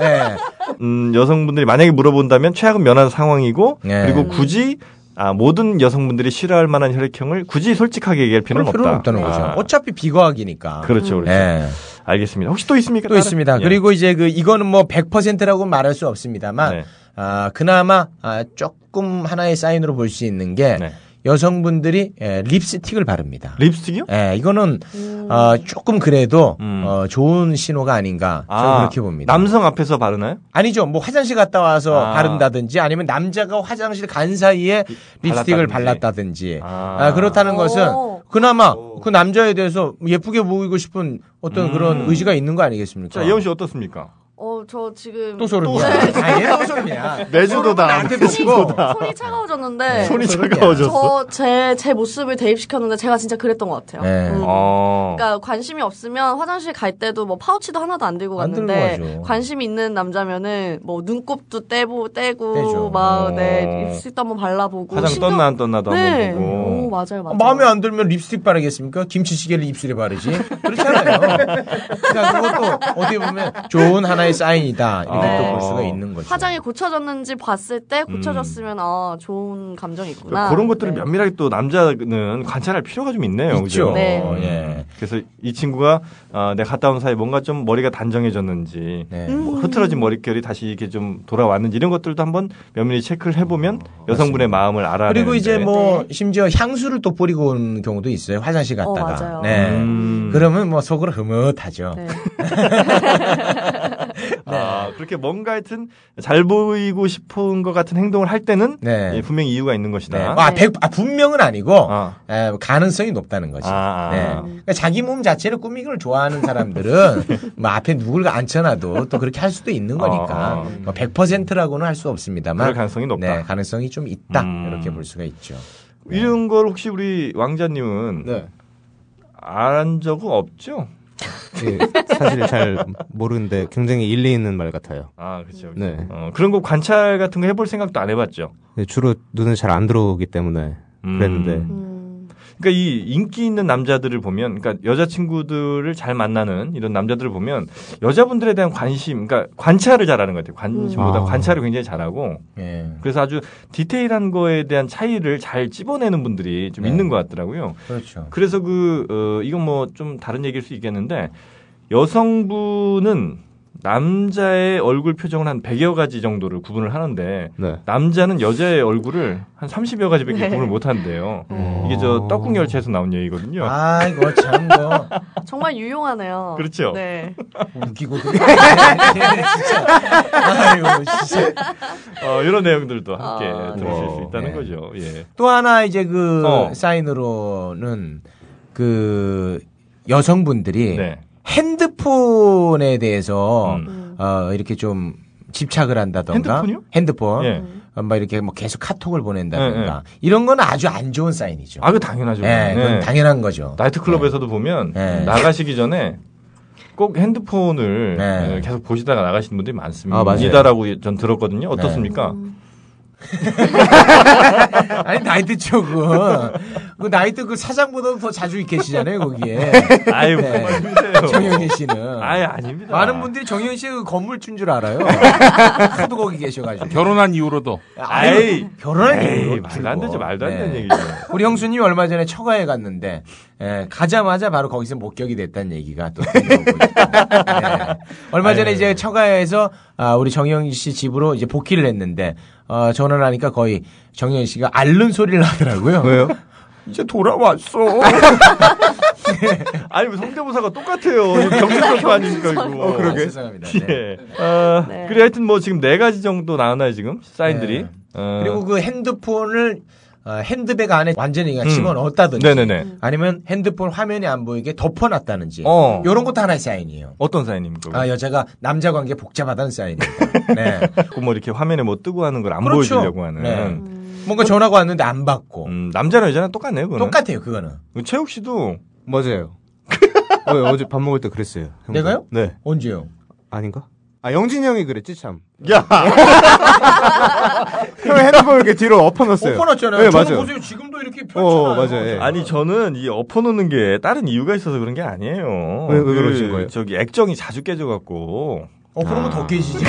네.
음, 여성분들이 만약에 물어본다면 최악은 면한 상황이고
네.
그리고 굳이 아, 모든 여성분들이 싫어할 만한 혈액형을 굳이 솔직하게 얘기할 필요는
그럴
없다.
필요는 없다는 거죠.
아,
어차피 비과학이니까.
그렇죠, 그렇죠.
네.
알겠습니다. 혹시 또 있습니까?
또
다른?
있습니다.
예.
그리고 이제 그 이거는 뭐 100%라고 말할 수 없습니다만
네.
아, 그나마 아, 조금 하나의 사인으로 볼 수 있는 게
네.
여성분들이 에, 립스틱을 바릅니다.
립스틱이요?
예, 이거는
음.
어, 조금 그래도
음.
어, 좋은 신호가 아닌가 저는 그렇게 봅니다.
남성 앞에서 바르나요?
아니죠. 뭐 화장실 갔다 와서
아.
바른다든지 아니면 남자가 화장실 간 사이에 립스틱을 발랐다든지.
아.
아, 그렇다는
오.
것은 그나마 그 남자에 대해서 예쁘게 보이고 싶은 어떤 그런 의지가 있는 거 아니겠습니까?
자, 예원 씨 어떻습니까?
어, 저 지금 네.
또 소름이야. 아, 얘또 소름이야.
내주도다.
나한테 놓고.
손이 차가워졌는데
손이
소름이야.
차가워졌어.
저 제 제 모습을 대입시켰는데 제가 진짜 그랬던 것 같아요.
네.
음.
어.
그러니까 관심이 없으면 화장실 갈 때도 뭐 파우치도 하나도 안 들고
안 들고
갔는데
가죠.
관심 있는 남자면은 뭐 눈곱도 떼고
떼죠.
떼고 막
어.
네, 립스틱도 한번 발라보고
화장
뭐 신경-
떴나 안 떴나도
네.
한번 보고.
오, 맞아요, 맞아요.
마음에 안 들면 립스틱 바르겠습니까? 김치찌개를 입술에 바르지. 그렇잖아요. 그러니까 그것도 어떻게 보면 좋은 하나의 사인이다. 이렇게
아.
또 볼 수가 있는 거죠.
화장이 고쳐졌는지 봤을 때 고쳐졌으면 아 좋은 감정이 있구나.
음. 그러니까 그런 것들을
네.
면밀하게 또 남자는 관찰할 필요가 좀 있네요.
있죠.
그죠?
네.
어, 예.
그래서 이 친구가 어, 내가 갔다 온 사이 에 뭔가 좀 머리가 단정해졌는지
네.
음.
뭐 흐트러진 머릿결이 다시 이렇게 좀 돌아왔는지 이런 것들도 한번 면밀히 체크를 해보면 여성분의 마음을 알아내는
음, 그리고 이제 뭐 심지어 향수를 또 뿌리고 온 경우도 있어요. 화장실
네. 어,
갔다가.
맞아요.
네.
음.
그러면 뭐 속으로 흐뭇하죠.
네.
아,
네.
그렇게 뭔가 하여튼 잘 보이고 싶은 것 같은 행동을 할 때는
네.
예, 분명히 이유가 있는
네.
것이다.
아, 백- 아, 분명은 아니고
아.
에, 가능성이 높다는 거지.
아, 아.
네. 그러니까 자기 몸 자체를 꾸미기를 좋아하는 사람들은 뭐 앞에 누굴 앉혀놔도 또 그렇게 할 수도 있는 거니까
어, 어.
뭐 100%라고는 할 수 없습니다만
그럴 가능성이 높다.
네, 가능성이 좀 있다
음.
이렇게 볼 수가 있죠.
이런 걸 혹시 우리 왕자님은
네.
안 적은 없죠?
네.
예, 사실 잘 모르는데 굉장히 일리 있는 말 같아요.
아, 그렇죠. 그렇죠.
네.
어, 그런 거 관찰 같은 거 해볼 생각도 안 해봤죠.
네, 주로 눈은 잘 안 들어오기 때문에
음.
그랬는데
음,
그러니까 이 인기 있는 남자들을 보면, 그러니까 여자친구들을 잘 만나는 이런 남자들을 보면 여자분들에 대한 관심, 그러니까 관찰을 잘하는 것 같아요. 관심보다
음. 아.
관찰을 굉장히 잘하고
예.
그래서 아주 디테일한 거에 대한 차이를 잘 찝어내는 분들이 좀
네.
있는 것 같더라고요.
그렇죠.
그래서 그, 어, 이건 뭐 좀 다른 얘기일 수 있겠는데 여성분은 남자의 얼굴 표정을 한 100여 가지 정도를 구분을 하는데
네.
남자는 여자의 얼굴을 한 30여 가지밖에
네. 어.
구분을 못 한대요. 이게 저 떡국 열차에서 나온 얘기거든요.
아, 이거 참, 뭐.
정말 유용하네요.
그렇죠.
네.
웃기거든. 진짜. 아이고, 진짜.
어, 이런 내용들도 함께
아,
들으실
네.
수 있다는
네.
거죠. 예.
또 하나 이제 그
어.
사인으로는 그 여성분들이
네.
핸드폰에 대해서
음.
어, 이렇게 좀 집착을 한다던가
핸드폰이요?
핸드폰
예.
어, 막 이렇게 뭐 계속 카톡을 보낸다던가 이런 건 아주 안 좋은 사인이죠.
아, 그 당연하죠. 네.
예, 그건 당연한 거죠.
나이트클럽에서도 보면
네.
나가시기 전에 꼭 핸드폰을
네.
예, 계속 보시다가 나가시는 분들이 많습니다.
아, 맞아요. 네.
이다라고 전 들었거든요. 어떻습니까?
예. 아니 나이트 쪽은 그 나이트 그 사장보다도 더 자주 계시잖아요 거기에
아유,
네.
정말
정현희 씨는
아유, 아닙니다.
많은 분들이 정현 씨의 그 건물주인 줄 알아요. 하도 거기 계셔가지고.
결혼한 이후로도
아이,
결혼할 게
에이,
이거
말도 안
들고.
되지, 말도 안 되는
네.
얘기죠.
우리 형수님 이 얼마 전에 처가에 갔는데 예, 가자마자 바로 거기서 목격이 됐다는 얘기가 또 들려오고 있고. 예. 얼마 전에 이제 처가에서 아, 우리 정영 씨 집으로 이제 복귀를 했는데 어, 전화를 하니까 거의 정영 씨가 앓는 소리를 하더라고요.
네.
네, 왜요? 이제 돌아왔어.
아니, 뭐 성대모사가 똑같아요. 이거 경기도 아닙니까, 이거.
어, 그러게. 죄송합니다. 네.
예. 어,
네.
그래, 하여튼 뭐 지금 네 가지 정도 나오나요, 지금? 사인들이.
네.
어,
그리고 그 핸드폰을 어, 핸드백 안에 완전히 그냥 집어넣었다든지
음. 네네네.
아니면 핸드폰 화면이 안 보이게 덮어놨다든지
어.
이런 것도 하나의 사인이에요.
어떤 사인입니까?
아 여자가 남자 관계 복잡하다는 사인입니다. 네.
그뭐 이렇게 화면에 뭐 뜨고 하는 걸 안
그렇죠.
보여주려고 하는.
네. 뭔가 전화가 왔는데 안 받고
음, 남자랑 여자랑 똑같네요, 그거는.
똑같아요 그거는.
최욱 씨도
맞아요. 어, 어제 밥 먹을 때 그랬어요. 형도.
내가요?
네.
언제요?
아닌가? 아 영진이 형이 그랬지 참.
야,
형 핸드폰 이렇게 뒤로 엎어놨어요.
엎어놨잖아요.
네
저는
맞아요.
보세요 지금도 이렇게 펼쳐놔요.
어 맞아요. 예.
네. 아니 저는 이 엎어놓는 게 다른 이유가 있어서 그런 게 아니에요.
왜- 왜 그러신 거예요?
저기 액정이 자주 깨져갖고.
어 그러면
아.
더 깨지지.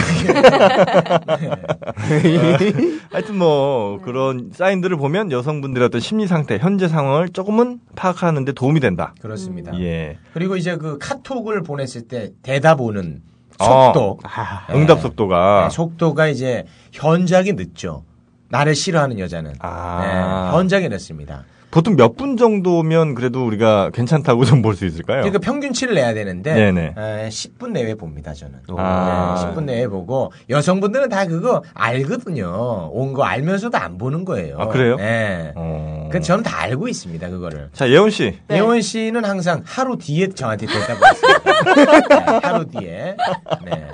하여튼 뭐
네.
그런 사인들을 보면 여성분들의 어떤 심리 상태, 현재 상황을 조금은 파악하는데 도움이 된다.
그렇습니다.
예.
그리고 이제 그 카톡을 보냈을 때 대답 오는
어.
속도
아,
응답 속도가.
네, 속도가 이제 현저하게 늦죠. 나를 싫어하는 여자는
아.
네, 현저하게 늦습니다.
보통 몇 분 정도면 그래도 우리가 괜찮다고 좀 볼 수 있을까요?
그러니까 평균치를 내야 되는데
네네.
에, 10분 내외 봅니다 저는.
아.
네, 10분 내외 보고 여성분들은 다 그거 알거든요. 온 거 알면서도 안 보는 거예요.
아, 그래요?
네.
어.
그 저는 다 알고 있습니다 그거를.
자 예원 씨.
네.
예원 씨는 항상 하루 뒤에 저한테 대답을 했어요. 네, 하루 뒤에. 네.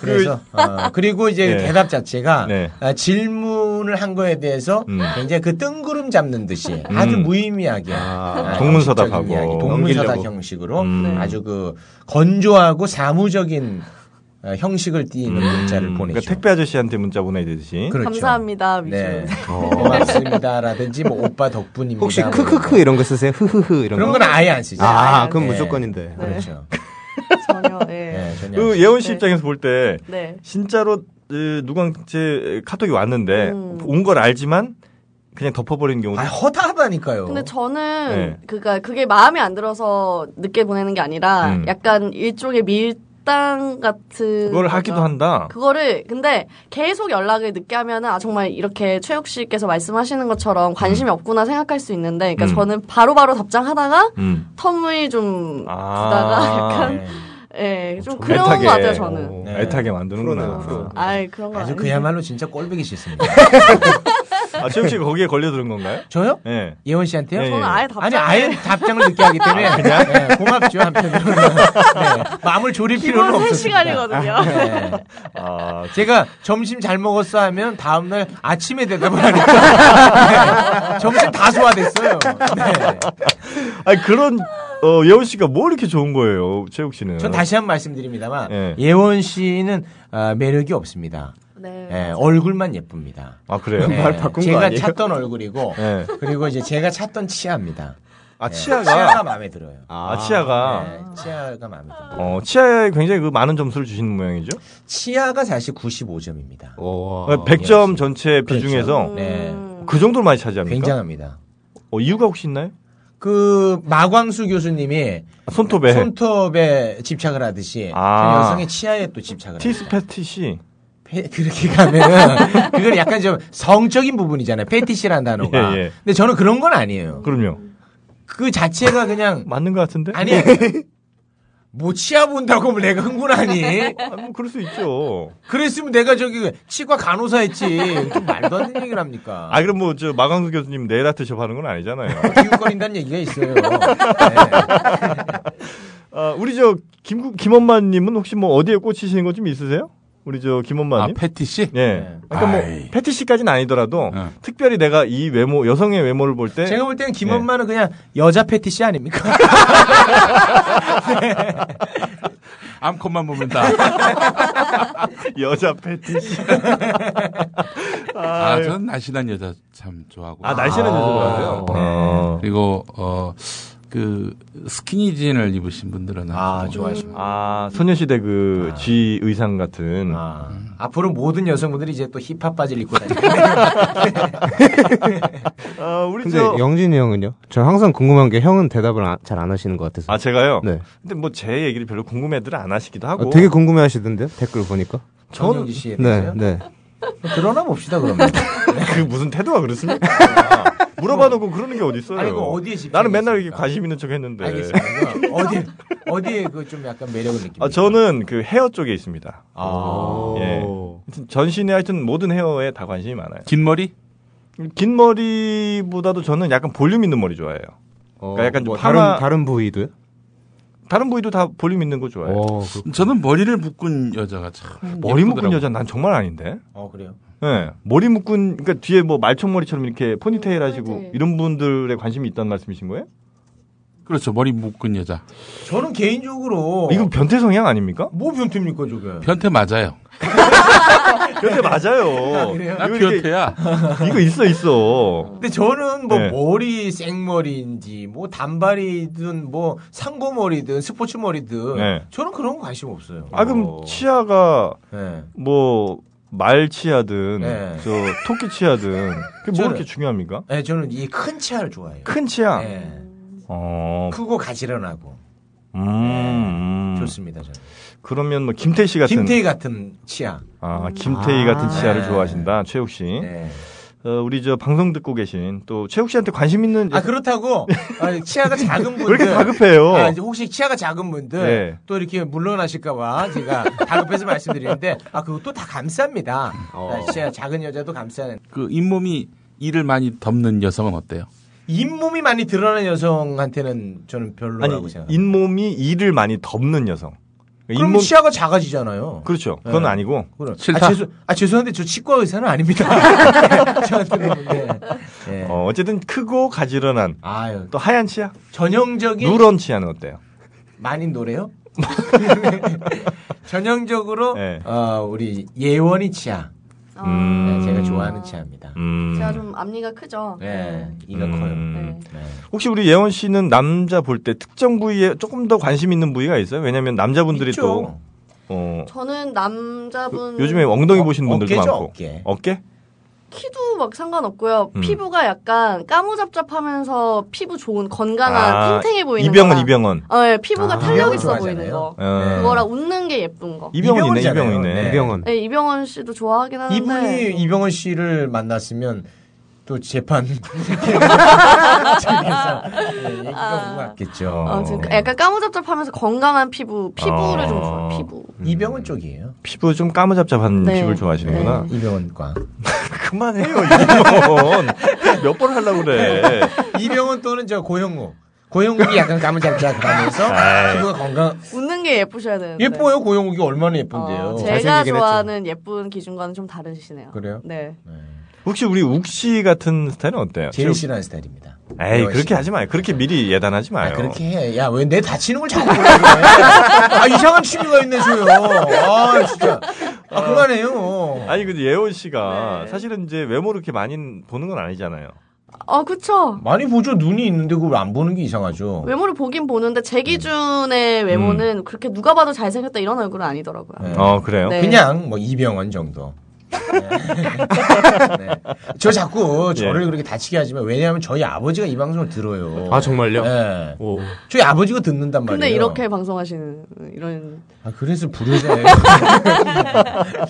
그래서 어, 그리고 이제
네.
대답 자체가
네.
아, 질문을 한 거에 대해서
음.
굉장히 그 뜬구름 잡는 듯이 아주
음.
무의미하게 아,
동문서답하고
형식적인 이야기, 동문서답
넘기려고.
형식으로
음. 네.
아주 그 건조하고 사무적인 어, 형식을 띠는 문자를
음,
보내죠.
그러니까 택배 아저씨한테 문자 보내듯이.
그렇죠.
감사합니다.
네.
네.
고맙습니다라든지 뭐 오빠 덕분입니다.
어. 혹시
뭐
크크크 이런 거 쓰세요? 흐흐흐 이런
그런
거.
건 아예 안 쓰죠.
아 그건
네.
무조건인데.
네.
그렇죠.
전혀. 예.
예, 전혀.
그 예원 씨
네.
입장에서 볼 때
네.
진짜로 으, 누구한테 카톡이 왔는데
음.
온 걸 알지만 그냥 덮어버리는 경우도
아, 허다하다니까요.
근데 저는
네.
그가 그게 마음에 안 들어서 늦게 보내는 게 아니라
음.
약간 일종의 밀당 같은
그걸
거죠.
하기도 한다.
그거를 근데 계속 연락을 늦게 하면은 아 정말 이렇게 최욱 씨께서 말씀하시는 것처럼 관심이 없구나 생각할 수 있는데 그러니까
음.
저는 바로바로 답장하다가
음.
텀을 좀
아.
두다가 약간
그 네.
예, 좀 그런 것 같아요 저는.
오,
네.
애타게 만드는구나.
프로네요, 프로.
아이 그런 거
아주
아니에요.
그야말로 진짜 꼴보기 싫습니다.
아, 최욱 씨 거기에 걸려드는 건가요?
저요?
네.
예.
예원 씨한테요?
예, 예.
저는 아예 답장
아니 아예 답장을 늦게 하기 때문에
아,
네, 고맙죠 한편으로는 네, 마음을 졸일 필요는
기본 3
없었습니다.
시간이거든요.
네.
아,
제가 점심 잘 먹었어 하면 다음날 아침에 대답을 하니까 네, 점심 다 소화됐어요. 네.
아니, 그런, 어, 예원 씨가 뭐 이렇게 좋은 거예요, 최욱 씨는.
전 다시 한 번 말씀드립니다만
예.
예원 씨는 아, 매력이 없습니다.
네.
예, 얼굴만 예쁩니다.
아, 그래요?
네,
말 바꾼 거
제가
아니에요?
찾던 얼굴이고
예.
그리고 이제 제가 찾던 치아입니다.
아,
네,
치아가.
마음에 들어요.
아, 치아가.
네, 치아가 마음에 들어요.
어, 치아에 굉장히 그 많은 점수를 주시는 모양이죠?
치아가 사실 95점입니다.
와.
예,
100점 전체 어, 비중에서
네,
음.
그 정도로 많이 차지합니까?
굉장합니다.
어, 이유가 혹시 있나요? 아,
그 마광수 교수님이
손톱에
손톱에 집착을 하듯이
아.
그 여성의 치아에 또 집착을
티스 패티시
페- 그렇게 가면 그건 약간 좀 성적인 부분이잖아요. 페티시라는 단어가.
예, 예.
근데 저는 그런 건 아니에요.
그럼요.
그 자체가 그냥
맞는 것 같은데?
아니 뭐 치아 본다고 뭐 내가 흥분하니?
아, 뭐 그럴 수 있죠.
그랬으면 내가 저기 치과 간호사 했지. 좀 말도 안 되는 얘기를 합니까?
아 그럼 뭐 저 마광수 교수님 내일 아트숍 하는 건 아니잖아요.
기웃거린다는 얘기가 있어요. 네.
아, 우리 저 김, 김엄마님은 혹시 뭐 어디에 꽂히시는 거 좀 있으세요? 우리 저
아,
김엄마님?
패티시?
예.
네.
그러니까
아이.
뭐 패티시까지는 아니더라도
어.
특별히 내가 이 외모 여성의 외모를 볼 때
제가 볼 때는 김엄마는 그냥 여자 패티시 아닙니까?
암컷만 보면 다.
여자 패티시.
아, 저는 날씬한 여자 참 좋아하고.
아 날씬한 여자 좋아하세요? 네.
그리고, 어, 그, 스키니진을 입으신 분들은.
아,
아주
좋아하시구나.
아 소녀시대
아.
그 G 의상 같은
아, 앞으로 모든 여성분들이 이제 또 힙합 바지를 입고 다니는
아, 우리
근데
저
영진이 형은요? 저 항상 궁금한 게 형은 대답을 아, 잘 안 하시는 것 같아서.
아, 제가요?
네.
근데 뭐 제 얘기를 별로 궁금해들 안 하시기도 하고.
어, 되게 궁금해 하시던데요? 댓글 보니까.
정영기 씨에
네,
대해서요.
네.
드러나 봅시다 그러면.
그 무슨 태도가 그렇습니까? 물어봐놓고 그러는 게 어딨어요.
아니, 그거 어디에 집중이
나는 맨날 이렇게
있습니까?
관심 있는 척 했는데.
알겠습니다. 어디 어디에 그 좀 약간 매력을 느끼는?
아, 저는 그 헤어 쪽에 있습니다.
아,
예. 하여튼 전신에 하여튼 모든 헤어에 다 관심이 많아요.
긴 머리?
긴 머리보다도 저는 약간 볼륨 있는 머리 좋아해요.
어,
그러니까 약간 좀
뭐
파마-
다른 다른 부위도요?
다른 부위도 다 볼륨 있는 거 좋아해요.
오,
어, 저는 머리를 묶은 여자가 참.
어, 머리 묶은
예쁘더라고요.
여자 난 정말 아닌데.
어 그래요.
예. 머리 묶은 그러니까 뒤에 뭐 말총머리처럼 이렇게 포니테일 하시고
포니테일.
이런 분들의 관심이 있다는 말씀이신 거예요?
그렇죠. 머리 묶은 여자.
저는 개인적으로
이건 변태 성향 아닙니까?
뭐 변태입니까 저게?
변태 맞아요.
변태 맞아요.
나
이거 이렇게-
변태야.
이거 있어 있어.
근데 저는 뭐
네.
머리 생머리인지 뭐 단발이든 뭐 상고머리든 스포츠 머리든
네.
저는 그런 거 관심 없어요.
아 그럼
어.
치아가
네.
뭐 말 치아든
네.
저 토끼 치아든 그게 뭐
저는-
그렇게 중요합니까?
네, 저는 이 큰 치아를 좋아해요.
큰 치아.
네.
어.
크고 가지런하고
음, 음.
네. 좋습니다. 저는.
그러면 뭐 김태희 씨 같은
김태희 같은 치아.
아 김태희 같은
아.
치아를
네.
좋아하신다 최욱 씨.
네.
어, 우리 저 방송 듣고 계신 또 최욱 씨한테 관심 있는
아 그렇다고 아, 치아가 작은 분들
왜 이렇게 다급해요?
아, 이제 혹시 치아가 작은 분들
네.
또 이렇게 물러나실까봐 제가 다급해서 말씀드리는데 아 그것도 다 감쌉니다.
어.
아, 치아 작은 여자도 감싸는
그 잇몸이 이를 많이 덮는 여성은 어때요?
잇몸이 많이 드러나는 여성한테는 저는 별로라고
아니
생각합니다.
잇몸이 이를 많이 덮는 여성.
그럼 치아가 작아지잖아요.
그렇죠. 그건
네.
아니고
그럼.
싫다.
아, 죄송, 아 죄송한데 저 치과 의사는 아닙니다. 저한테는 네. 네.
어, 어쨌든 크고 가지런한
아유
또 하얀 치아,
전형적인
누런 치아는 어때요?
많이 노래요? 전형적으로
네.
어, 우리 예원이 치아
아,
음.
네, 제가 좋아하는 치아입니다.
음.
제가 좀 앞니가 크죠.
네, 이가
음.
커요.
네.
네.
혹시 우리 예원 씨는 남자 볼 때 특정 부위에 조금 더 관심 있는 부위가 있어요? 왜냐면 남자분들이
있죠.
또 어,
저는 남자분
요즘에 엉덩이
어,
보시는 분들도
어깨죠,
많고
어깨.
키도 막 상관없고요.
음.
피부가 약간 까무잡잡하면서 피부 좋은 건강한
아,
탱탱해 보이는
이병헌
거랑.
이병헌.
어, 예, 피부가
아,
탄력 있어
이병헌
보이는 거.
어.
그거랑 웃는 게 예쁜 거.
이병헌이네
네. 이병헌이잖아요.
이병헌이네.
네.
이병헌.
예, 이병헌 씨도 좋아하긴 하는데
이분이 이병헌 씨를 만났으면 또 재판 쪽에서 네, 얘기가 무거웠겠죠.
어, 지금 약간 까무잡잡하면서 건강한 피부, 피부를
어.
좀 좋아. 피부.
음. 이병헌 쪽이에요.
피부 좀 까무잡잡한
네.
피부를 음. 좋아하시는구나.
이병헌과
그만해요 이병헌. 몇 번 하려고 그래.
이병헌 또는 저 고영욱. 고영욱이 약간 까무잡잡하면서 피부가 건강
웃는 게 예쁘셔야 되는데.
예뻐요. 고영욱이 얼마나
어,
예쁜데요.
제가
잘생기긴
좋아하는 예쁜 기준과는 좀 다르시네요.
그래요?
네.
혹시 우리 욱씨 같은 스타일은 어때요?
제일 싫어하는 스타일입니다.
에이
예원
그렇게
씨는.
하지 마요. 그렇게 미리 예단하지 마요.
아, 그렇게 해. 야, 왜 내 다치는 걸 자꾸 보려 그래. 아, 이상한 취미가 있네, 저요. 아, 진짜. 아, 그만해요.
아니 근데 예원 씨가
네.
사실은 이제 외모를 그렇게 많이 보는 건 아니잖아요.
어, 그쵸.
많이 보죠. 눈이 있는데 그걸 안 보는 게 이상하죠.
외모를 보긴 보는데 제 기준의 외모는 그렇게 누가 봐도 잘생겼다 이런 얼굴은 아니더라고요.
네.
어 그래요?
네.
그냥 뭐 이병헌 정도. 네. 저 자꾸 저를
예.
그렇게 다치게 하지만 왜냐하면 저희 아버지가 이 방송을 들어요.
아, 정말요?
예. 저희 아버지가 듣는단 말이에요.
근데 이렇게 방송하시는 이런
아, 그래서 부르잖아요.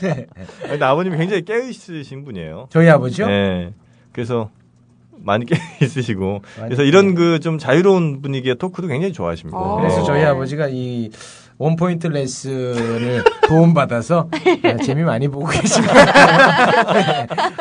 네.
아니, 근데 아버님이 굉장히 깨어있으신 분이에요.
저희 아버지요?
네. 그래서 많이 깨어있으시고.
많이 네.
그래서 이런 그 좀 자유로운 분위기의 토크도 굉장히 좋아하십니다.
그래서
어.
저희 아버지가 이 원포인트 레슨을 도움받아서 아, 재미 많이 보고 계십니다.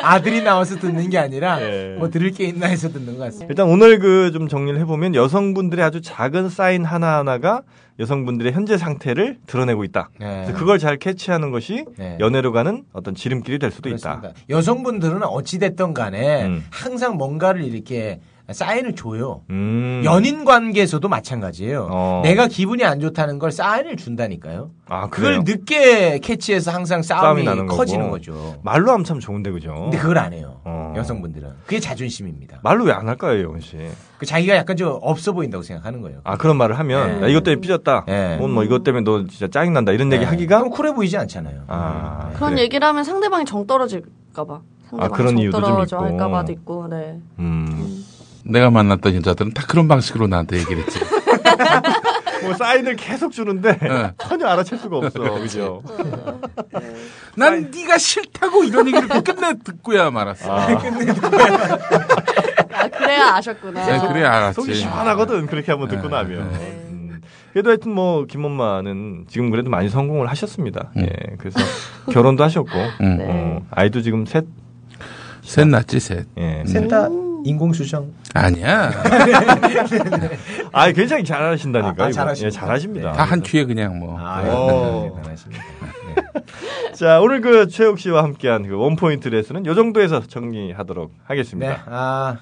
아들이 나와서 듣는 게 아니라
예.
뭐 들을 게 있나 해서 듣는 것 같습니다.
일단 오늘 그 좀 정리를 해보면 여성분들의 아주 작은 사인 하나하나가 여성분들의 현재 상태를 드러내고 있다.
네.
그래서 그걸 잘 캐치하는 것이
네.
연애로 가는 어떤 지름길이 될 수도 있다.
여성분들은 어찌됐든 간에 항상 뭔가를 이렇게 사인을 줘요.
음.
연인 관계에서도 마찬가지예요.
어.
내가 기분이 안 좋다는 걸 사인을 준다니까요.
아,
그걸
그래요?
늦게 캐치해서 항상 싸움이,
거고.
커지는 거죠.
말로 하면 참 좋은데 그죠?
근데 그걸 안 해요.
어.
여성분들은. 그게 자존심입니다.
말로 왜 안 할까요, 영훈 씨?
그 자기가 약간 좀 없어 보인다고 생각하는 거예요.
아 그런 말을 하면
네.
야, 이것 때문에 삐졌다. 오늘 뭐 이것 때문에 너 진짜 짜증 난다 이런 얘기
네.
하기가
그럼 쿨해 보이지 않잖아요.
아,
그런
그래.
얘기를 하면 상대방이 정 떨어질까봐. 상대방이
아, 그런 이유도 좀
떨어져
있고.
할까봐도 있고, 네.
음.
내가 만났던 여자들은 다 그런 방식으로 나한테 얘기를 했지.
뭐 사인을 계속 주는데
네.
전혀 알아챌 수가 없어. 그죠?
난 네가 싫다고 이런 얘기를 또 끝내 듣고야 말았어.
아, 그래야 아셨구나.
네, 그래야 알았지.
속이 시원하거든. 그렇게
네,
한번 듣고 나면. 음. 그래도 하여튼 뭐 김엄마는 지금 그래도 많이 성공을 하셨습니다.
음.
예. 그래서 결혼도 하셨고
네.
어, 아이도 지금 셋.
셋 낳지 셋.
예.
셋다 음. 인공수정.
아니야.
아 굉장히 잘하신다니까.
아, 아,
요
잘하십니다. 네.
예, 잘하십니다.
다 한 귀에 그냥 뭐.
아.
아, 예.
오. 자, 오늘 그 최욱 씨와 함께한 그 원포인트 레슨은 요 정도에서 정리하도록 하겠습니다.
네. 아,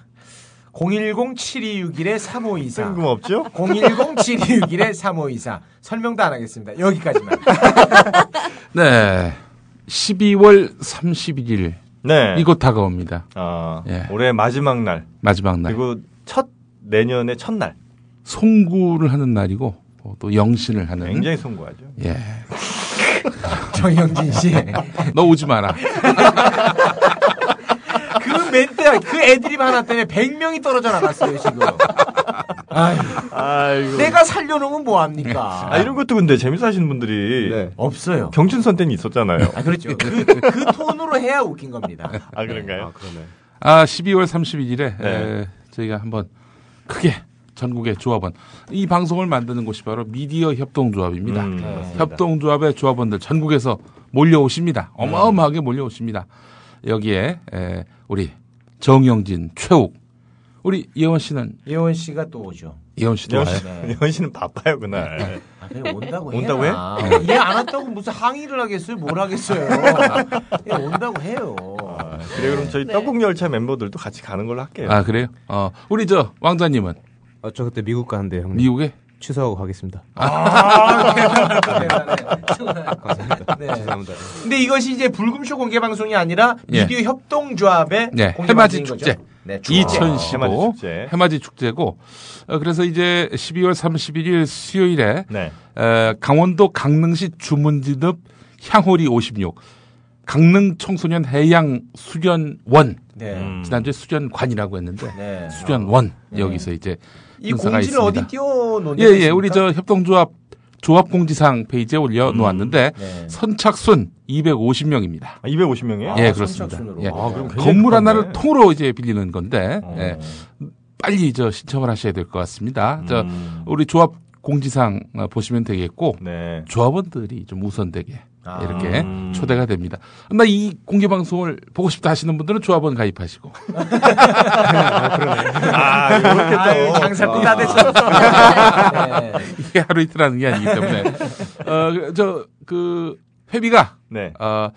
010-7261-3524.
뜬금없죠?
010-7261-3524. 설명도 안 하겠습니다. 여기까지만.
네. 12월 31일.
네.
이곳 다가옵니다.
아,
예. 네.
올해 마지막 날.
마지막 날.
그리고 첫 내년의 첫날.
송구를 하는 날이고 어, 또 영신을 하는.
굉장히 송구하죠.
예.
정영진 씨.
너 오지 마라.
그 멘트, 그 애드립 하나 때문에 100명이 떨어져 나갔어요, 지금.
아이고.
내가 살려놓으면 뭐합니까?
아, 이런 것도 근데 재밌어 하시는 분들이
네.
없어요.
경춘선 때는 있었잖아요.
아, 그렇죠. 그, 그 톤으로 해야 웃긴 겁니다.
아, 그런가요? 그러네.
아, 12월 31일에
네.
저희가 한번 크게 전국의 조합원 이 방송을 만드는 곳이 바로 미디어 협동조합입니다.
음, 네. 맞습니다.
협동조합의 조합원들 전국에서 몰려오십니다.
네.
어마어마하게 몰려오십니다. 여기에 에, 우리 정영진, 최욱, 우리 예원 씨는
예원 씨가 또 오죠.
예원 씨도
예원
와요.
씨- 예원 씨는 바빠요,
네.
그날.
아, 그냥 온다고 해요. 아. 예,
온다고 해?
얘안 왔다고 무슨 항의를 하겠어요? 뭘 하겠어요? 얘 온다고 해요.
그래, 그럼 저희 떡국열차 멤버들도 같이 가는 걸로 할게요.
아 그래요? 어 우리 저 왕자님은
어, 저 그때 미국 가는데 형님.
미국에
취소하고 가겠습니다.
아, 대단해. 네.
죄송합니다.
근데 이것이 이제 불금쇼 공개 방송이 아니라
예.
미디어 협동조합의
네,
공개
해맞이
방송인 거죠?
축제.
네, 축제.
2015
해맞이
해맞이,
축제.
축제. 고 어, 그래서 이제 12월 31일 수요일에
네.
에, 강원도 강릉시 주문진읍 향호리 56 강릉 청소년 해양 수련원 음.
네.
지난주에 수련관이라고 했는데
네.
수련원 여기서 이제
이
행사가
공지를
있습니다.
어디 띄워놓는
예예
것입니까?
우리 저 협동조합 조합공지상 페이지에 올려 놓았는데
네.
선착순 250명입니다.
아, 250명이에요?
예, 그렇습니다.
선착순으로.
예.
아, 그럼 굉장히
건물
급하네.
하나를 통으로 이제 빌리는 건데 예. 빨리 저 신청을 하셔야 될 것 같습니다. 저 우리 조합 공지상 어, 보시면 되겠고
네.
조합원들이 좀 우선되게
아.
이렇게 초대가 됩니다. 나 이 공개 방송을 보고 싶다 하시는 분들은 조합원 가입하시고
아, 이렇게 또.
아유,
어.
장사꾼 다 됐어. 네.
이게 하루 이틀 하는 게 아니기 때문에 어, 어저그 회비가
네.
어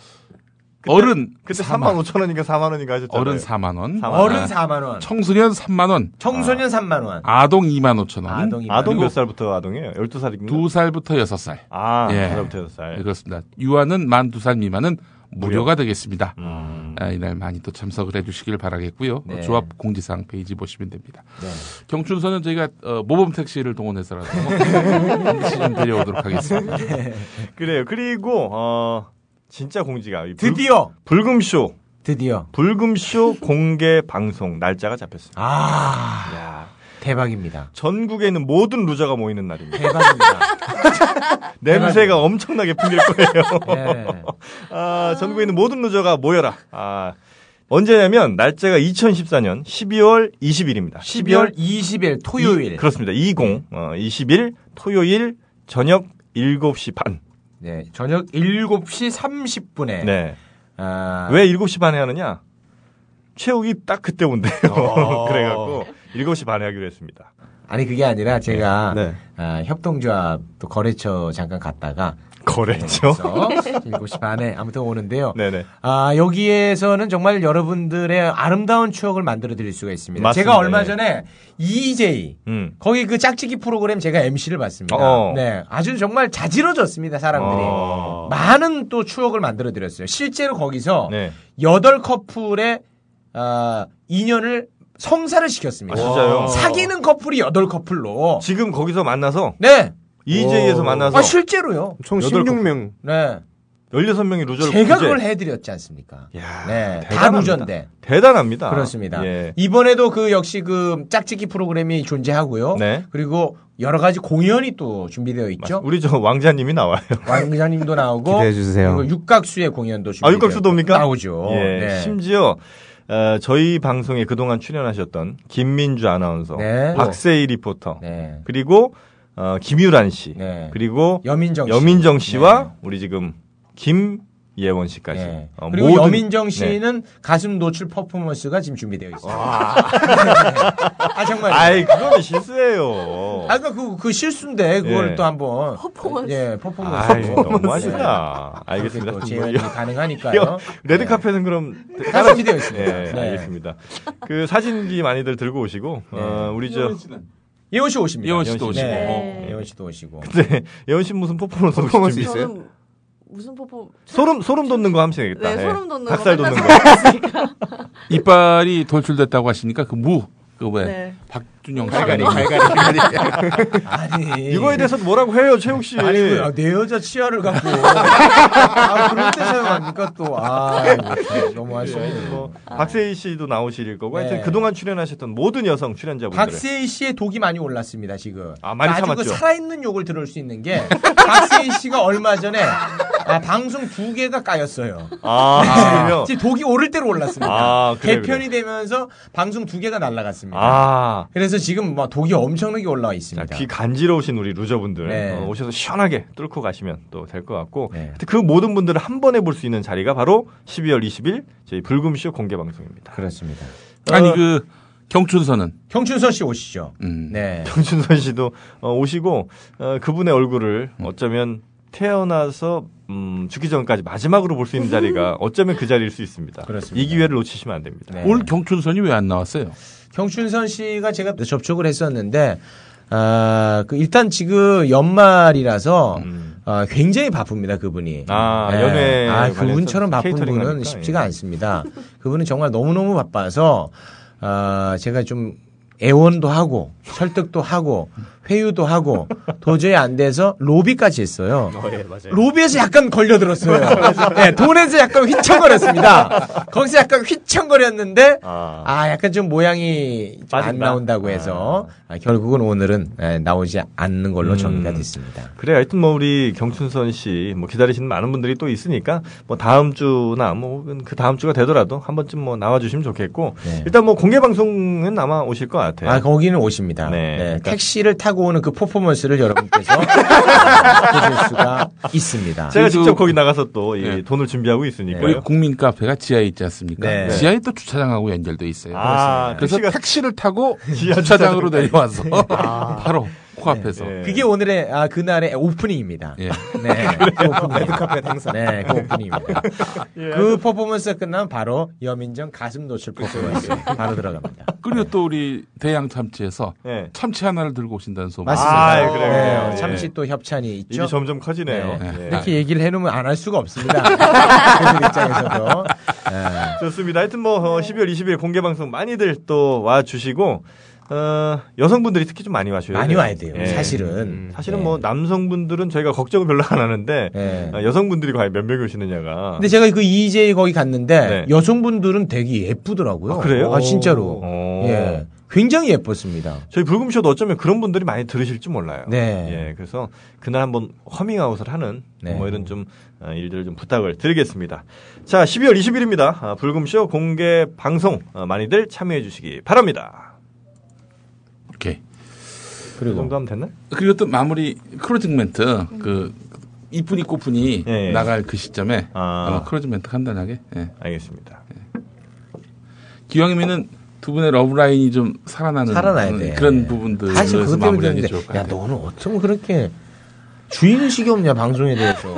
어른
그때
4만
3만 5천 원인가 4만 원인가 하셨잖아요.
어른 4만 원,
4만 원.
어른 4만 원,
청소년 3만 원,
청소년 3만 원,
아동 2만 5천 원,
아동 2만 원.
아동 몇 살부터 아동이에요? 12살인가?
두 살부터 여섯 살.
아,
예.
2살부터 6살.
네, 그렇습니다. 유아는 만 두 살 미만은 무료가 되겠습니다.
음.
아, 이날 많이 또 참석을 해주시길 바라겠고요.
네.
조합 공지사항 페이지 보시면 됩니다. 경춘선은 저희가 어, 모범 택시를 동원해서라도 네. 반드시 좀 데려오도록 하겠습니다.
그래요. 그리고 어 진짜 공지가 이 불-
드디어
불금쇼
드디어
불금쇼 공개 방송 날짜가 잡혔습니다.
아
야,
대박입니다.
전국에 있는 모든 루저가 모이는 날입니다.
대박입니다.
냄새가 엄청나게 풍길 거예요.
예.
아, 전국에 있는 모든 루저가 모여라. 아, 언제냐면 날짜가 2014년 12월 20일입니다.
12월 20일 토요일.
그렇습니다. 20 어, 20일 토요일 저녁 7시 반.
네, 저녁 7시 30분에.
네.
아,
왜 7시 반에 하느냐? 최욱이 딱 그때 온대요.
어.
그래갖고 7시 반에 하기로 했습니다.
아니 그게 아니라 제가
네.
아, 협동조합 또 거래처 잠깐 갔다가
거래죠?
그래서 7시 반에 아무튼 오는데요.
어? 네네.
아, 여기에서는 정말 여러분들의 아름다운 추억을 만들어 드릴 수가 있습니다.
맞습니다.
제가 얼마
예.
전에 EJ
음.
거기 그 짝짓기 프로그램 제가 MC를 봤습니다.
어.
네. 아주 정말 자지러졌습니다, 사람들이.
어.
많은 또 추억을 만들어 드렸어요. 실제로 거기서
네.
여덟 커플의 아, 인연을 성사를
아,
시켰습니다.
진짜요?
사귀는 커플이 여덟 커플로.
지금 거기서 만나서
네.
EJ에서 만나서
아, 실제로요.
총
여덟
16명.
네.
16명이 루저를
제가
구제.
그걸 해드렸지 않습니까?
이야,
네. 다
대단합니다.
무전대.
대단합니다.
그렇습니다.
예.
이번에도 그 역시 그 짝짓기 프로그램이 존재하고요.
네.
그리고 여러 가지 공연이 또 준비되어 있죠.
우리 저 왕자님이 나와요.
왕 기자님도 나오고
기대해 주세요.
그리고 육각수의 공연도 준비.
아, 육각수도 옵니까?
나오죠.
예,
네.
심지어 어, 저희 방송에 그동안 출연하셨던 김민주 아나운서,
네.
박세희 리포터,
네.
그리고 어, 김유란 씨,
네.
그리고
여민정 씨.
여민정 씨와 우리 지금 김예원 씨까지.
네.
어,
그리고
모든-
여민정
네.
씨는 가슴 노출 퍼포먼스가 지금 준비되어 있어요. 아 정말. 아
아이 그거는 실수예요.
그러니까 그, 그 실수인데 그걸
예.
또 한번
퍼포먼스.
예 퍼포먼스
아이, 너무
예.
하시다. 알겠습니다.
또
정말
재현이 가능하니까요.
레드
예.
카펫은 그럼
가슴 비디오 있습니다.
네,
네.
알겠습니다. 그 사진기 많이들 들고 오시고 어, 우리 저
예원 씨 오십니다.
예원 씨도 오시고.
네.
네.
예원 씨도 오시고.
근데 예원 씨 무슨 퍼포먼스 혹시
퍼포먼스
준비-
있어요?
저는 무슨 퍼포
소름 소름 돋는 거 하면
네,
되겠다. 예.
소름 돋는 거
닭살 돋는 거.
이빨이 돌출됐다고 하시니까 그 무. 그왜
네.
박준영 씨가
갈갈이,
아니고. 네.
갈갈이.
아니
이거에 대해서 예. 뭐라고 해요, 최욱 씨?
예. 아니고요. 내 여자 치아를 갖고. 아, 그럴 때 사용합니까 또. 아, 너무
예,
아쉽네요.
뭐 박세희 씨도 나오실 거고 하여튼
네.
그동안 출연하셨던 모든 여성 출연자분들
박세희 씨의 독이 많이 올랐습니다 지금.
아, 많이
아주
참았죠?
그 살아있는 욕을 들을 수 있는 게 박세희 씨가 얼마 전에 아, 방송 두 개가 까였어요.
아, 그러면
지금 독이 오를 대로 올랐습니다.
아, 그래,
개편이 되면서 방송 두 개가 날아갔습니다.
아,
그래서 지금 막 독이 엄청나게 올라와
자,
있습니다.
귀 간지러우신 우리 루저분들
네.
어, 오셔서 시원하게 뚫고 가시면 또 될 것 같고
네.
하여튼 그 모든 분들을 한 번에 볼 수 있는 자리가 바로 12월 20일 저희 불금쇼 공개 방송입니다.
그렇습니다.
아니 그 경춘선은
경춘선 씨 오시죠.
음.
네.
정준선 씨도 어, 오시고 어, 그분의 얼굴을 어쩌면 태어나서 음, 죽기 전까지 마지막으로 볼 수 있는 자리가 어쩌면 그 자리일 수 있습니다.
그렇습니다.
이 기회를 놓치시면 안 됩니다.
네.
올 경춘선이 왜 안 나왔어요?
경춘선 씨가 제가 접촉을 했었는데 아, 그 일단 지금 연말이라서 아, 굉장히 바쁩니다 그분이.
음. 아, 연애
아, 그분처럼
관련해서
바쁜
케이터링
분은
하니까,
쉽지가
예.
않습니다. 그분은 정말 너무 너무 바빠서 아, 제가 좀 애원도 하고 설득도 하고 회유도 하고 도저히 안 돼서 로비까지 했어요.
예,
로비에서 약간 걸려들었어요. 네, 돈에서 약간 휘청거렸습니다. 거기서 약간 휘청거렸는데
아.
아, 약간 좀 모양이 좀 안
빠진다?
나온다고 해서 아, 결국은 오늘은 예, 나오지 않는 걸로
음.
정리가 됐습니다.
그래, 하여튼 뭐 우리 경춘선 씨 뭐 기다리시는 많은 분들이 또 있으니까 뭐 다음 주나 뭐 그 다음 주가 되더라도 한 번쯤 뭐 나와주시면 좋겠고
네.
일단 뭐 공개 방송은 아마 오실 것 같아요.
아 거기는 오십니다. 네,
네, 그러니까-
택시를 타고 오는 그 퍼포먼스를 여러분께서 보실 수가 있습니다.
제가
그래도-
직접 거기 나가서 또 이
네.
돈을 준비하고
우리
있으니까요.
국민 카페가 지하에 있지 않습니까?
네.
지하에 또 주차장하고 연결돼 있어요.
아,
그래서
택시가-
택시를 타고
지하
주차장으로 내려와서 바로 코앞에서
네.
그게 오늘의 아 그날의 오프닝입니다.
예.
네, 그 오프닝. 레드카펫 행사. 네, 그 오프닝입니다.
예.
그 퍼포먼스 가 끝나면 바로 여민정 가슴 노출 퍼포먼스 바로 들어갑니다.
그리고 또 우리 대양 참치에서
네.
참치 하나를 들고 오신다는 소문.
맞습니다. 네,
아, 그래요, 그래요. 예.
잠시 또 협찬이 있죠.
입이 점점 커지네요.
네.
예.
이렇게 얘기를 해놓으면 안 할 수가 없습니다. 그분들 입장에서도. 예.
좋습니다. 하여튼 뭐 어, 12월 20일 공개 방송 많이들 또 와주시고 어, 여성분들이 특히 좀 많이 와셔야 돼요.
많이 와야 돼요. 음.
예.
사실은. 네. 예.
사실은 뭐 남성분들은 저희가 걱정을 별로 안 하는데 어, 여성분들이 과연 몇 명이 오시느냐가.
근데 제가 그 이제 거기 갔는데
네.
여성분들은 되게 예쁘더라고요.
아, 그래요?
아, 진짜로.
오.
예. 굉장히 예뻤습니다.
저희 불금쇼도 어쩌면 그런 분들이 많이 들으실지 몰라요.
네.
예, 그래서 그날 한번 허밍아웃을 하는
네.
뭐 이런 좀 어, 일들을 좀 부탁을 드리겠습니다. 자, 12월 20일입니다. 아, 불금쇼 공개 방송 어, 많이들 참여해 주시기 바랍니다.
오케이.
그
그리고
정도 하면 됐나?
그리고 또 마무리 크로징 멘트 그 이쁜이 꼬푼이
예, 예.
나갈 그 시점에
아.
아마 크로징 멘트 간단하게. 예.
알겠습니다.
기왕이면은 두 분의 러브라인이 좀 살아나는
살아나야 돼.
음, 그런 부분들
사실 그것 때문에
마무리하는
그랬는데
게 좋을 것
야
같아요.
너는 어쩜 그렇게 주인의식이 없냐 방송에 대해서.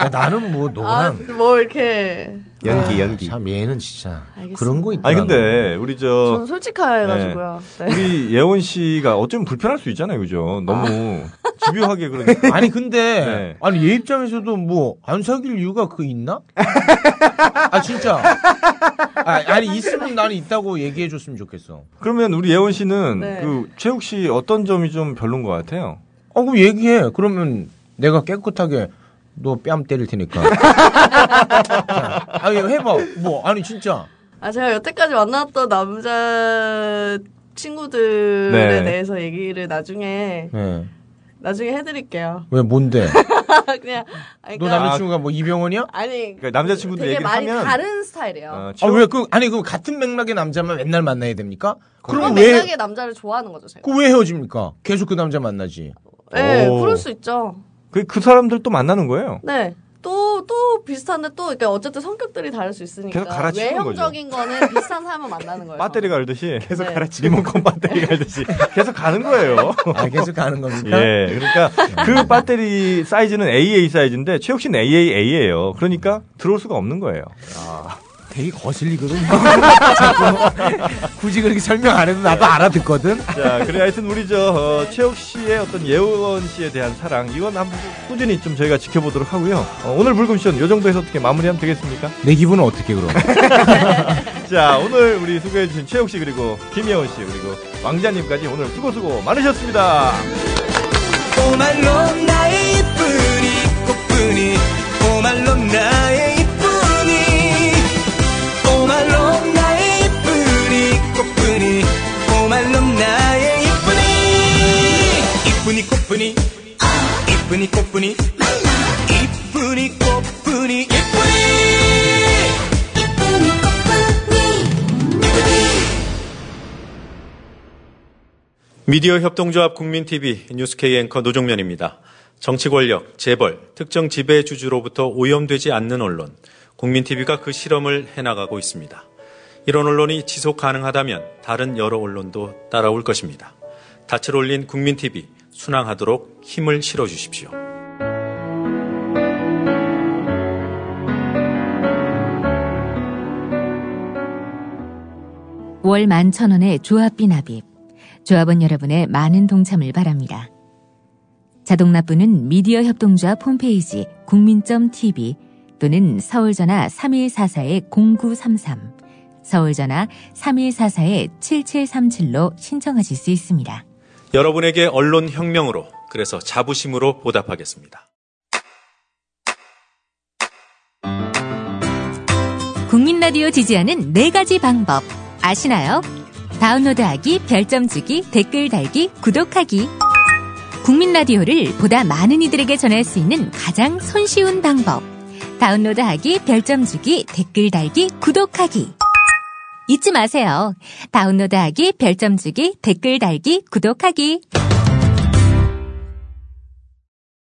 야, 나는 뭐
아,
너랑
뭐 이렇게.
연기 연기.
참 얘는 진짜
알겠습니다.
그런 거 있다.
아니
네.
근데 우리 저
전 솔직해가지고요. 네.
우리 예원 씨가 어쩌면 불편할 수 있잖아요, 그죠? 너무 집요하게 그러니까.
아니 근데
네.
아니 얘 입장에서도 뭐 안 사귈 이유가 그 있나? 아 진짜. 아, 니 있으면 나는 있다고 얘기해 줬으면 좋겠어.
그러면 우리 예원 씨는
네.
그 최욱 씨 어떤 점이 좀 별론 것 같아요?
어 그럼 얘기해. 그러면 내가 깨끗하게 너 뺨 때릴 테니까. 자, 아니 해봐. 뭐 아니 진짜.
아, 제가 여태까지 만났던 남자 친구들에
네.
대해서 얘기를 나중에,
예.
나중에 해드릴게요.
왜 뭔데?
그냥, 아니,
너
그러니까,
남자친구가 뭐 이병헌이야?
아니,
그러니까 남자친구들
되게
얘기를
많이
하면
다른 스타일이에요.
어, 최욱-
아왜 그 아니 그 같은 맥락의 남자만 맨날 만나야 됩니까?
그런
그럼
맥락의
왜그왜 그
남자를 좋아하는 거죠, 제가.
헤어집니까? 계속 그 남자 만나지.
네,
오.
그럴 수 있죠.
그, 그 사람들 또 만나는 거예요.
네. 또, 또 비슷한데 또, 그러니까 어쨌든 성격들이 다를 수 있으니까.
계속 갈아치우는 거죠.
외형적인 거는 비슷한 사람을 만나는 거예요.
배터리 갈듯이 계속
아, 네.
갈아치고 리모컨 배터리 갈듯이 계속 가는 거예요.
아 계속 가는 겁니까?
예, 그러니까 그 배터리 사이즈는 AA 사이즈인데 최욱 씨는 AAA예요. 그러니까 들어올 수가 없는 거예요.
되게 거슬리거든. 굳이 그렇게 설명 안 해도 나도 알아듣거든.
자, 그래 하여튼 우리 저 어, 최욱 씨의 어떤 예원 씨에 대한 사랑 이건 한번 꾸준히 좀 저희가 지켜보도록 하고요. 어, 오늘 불금쇼는 요 정도에서 어떻게 마무리하면 되겠습니까?
내 기분은 어떻게 그럼?
자, 오늘 우리 소개해주신 최욱 씨 그리고 김예원 씨 그리고 왕자님까지 오늘 수고 수고 많으셨습니다.
오말롬 나의 이쁜이 꽃뿐이 오말롬 나의 이쁜이 오말롬 나의 이쁜이 꽃뿐이 오말롬 나의 이쁜이 이쁜이 꽃뿐이 이쁜이 꽃뿐이 이쁜이 꽃뿐이 이쁜이
미디어 협동조합 국민TV 뉴스케이 앵커 노종면입니다. 정치 권력, 재벌, 특정 지배 주주로부터 오염되지 않는 언론, 국민TV가 그 실험을 해나가고 있습니다. 이런 언론이 지속 가능하다면 다른 여러 언론도 따라올 것입니다. 닻을 올린 국민TV, 순항하도록 힘을 실어주십시오.
월 11,000원의 조합비 납입. 조합원 여러분의 많은 동참을 바랍니다. 자동 납부는 미디어 협동조합 홈페이지 국민.tv 또는 서울전화 3144-0933, 서울전화 3144-7737로 신청하실 수 있습니다.
여러분에게 언론 혁명으로, 그래서 자부심으로 보답하겠습니다.
국민 라디오 지지하는 네 가지 방법 아시나요? 다운로드하기, 별점 주기, 댓글 달기, 구독하기. 국민 라디오를 보다 많은 이들에게 전할 수 있는 가장 손쉬운 방법. 다운로드하기, 별점 주기, 댓글 달기, 구독하기. 잊지 마세요. 다운로드하기, 별점 주기, 댓글 달기, 구독하기.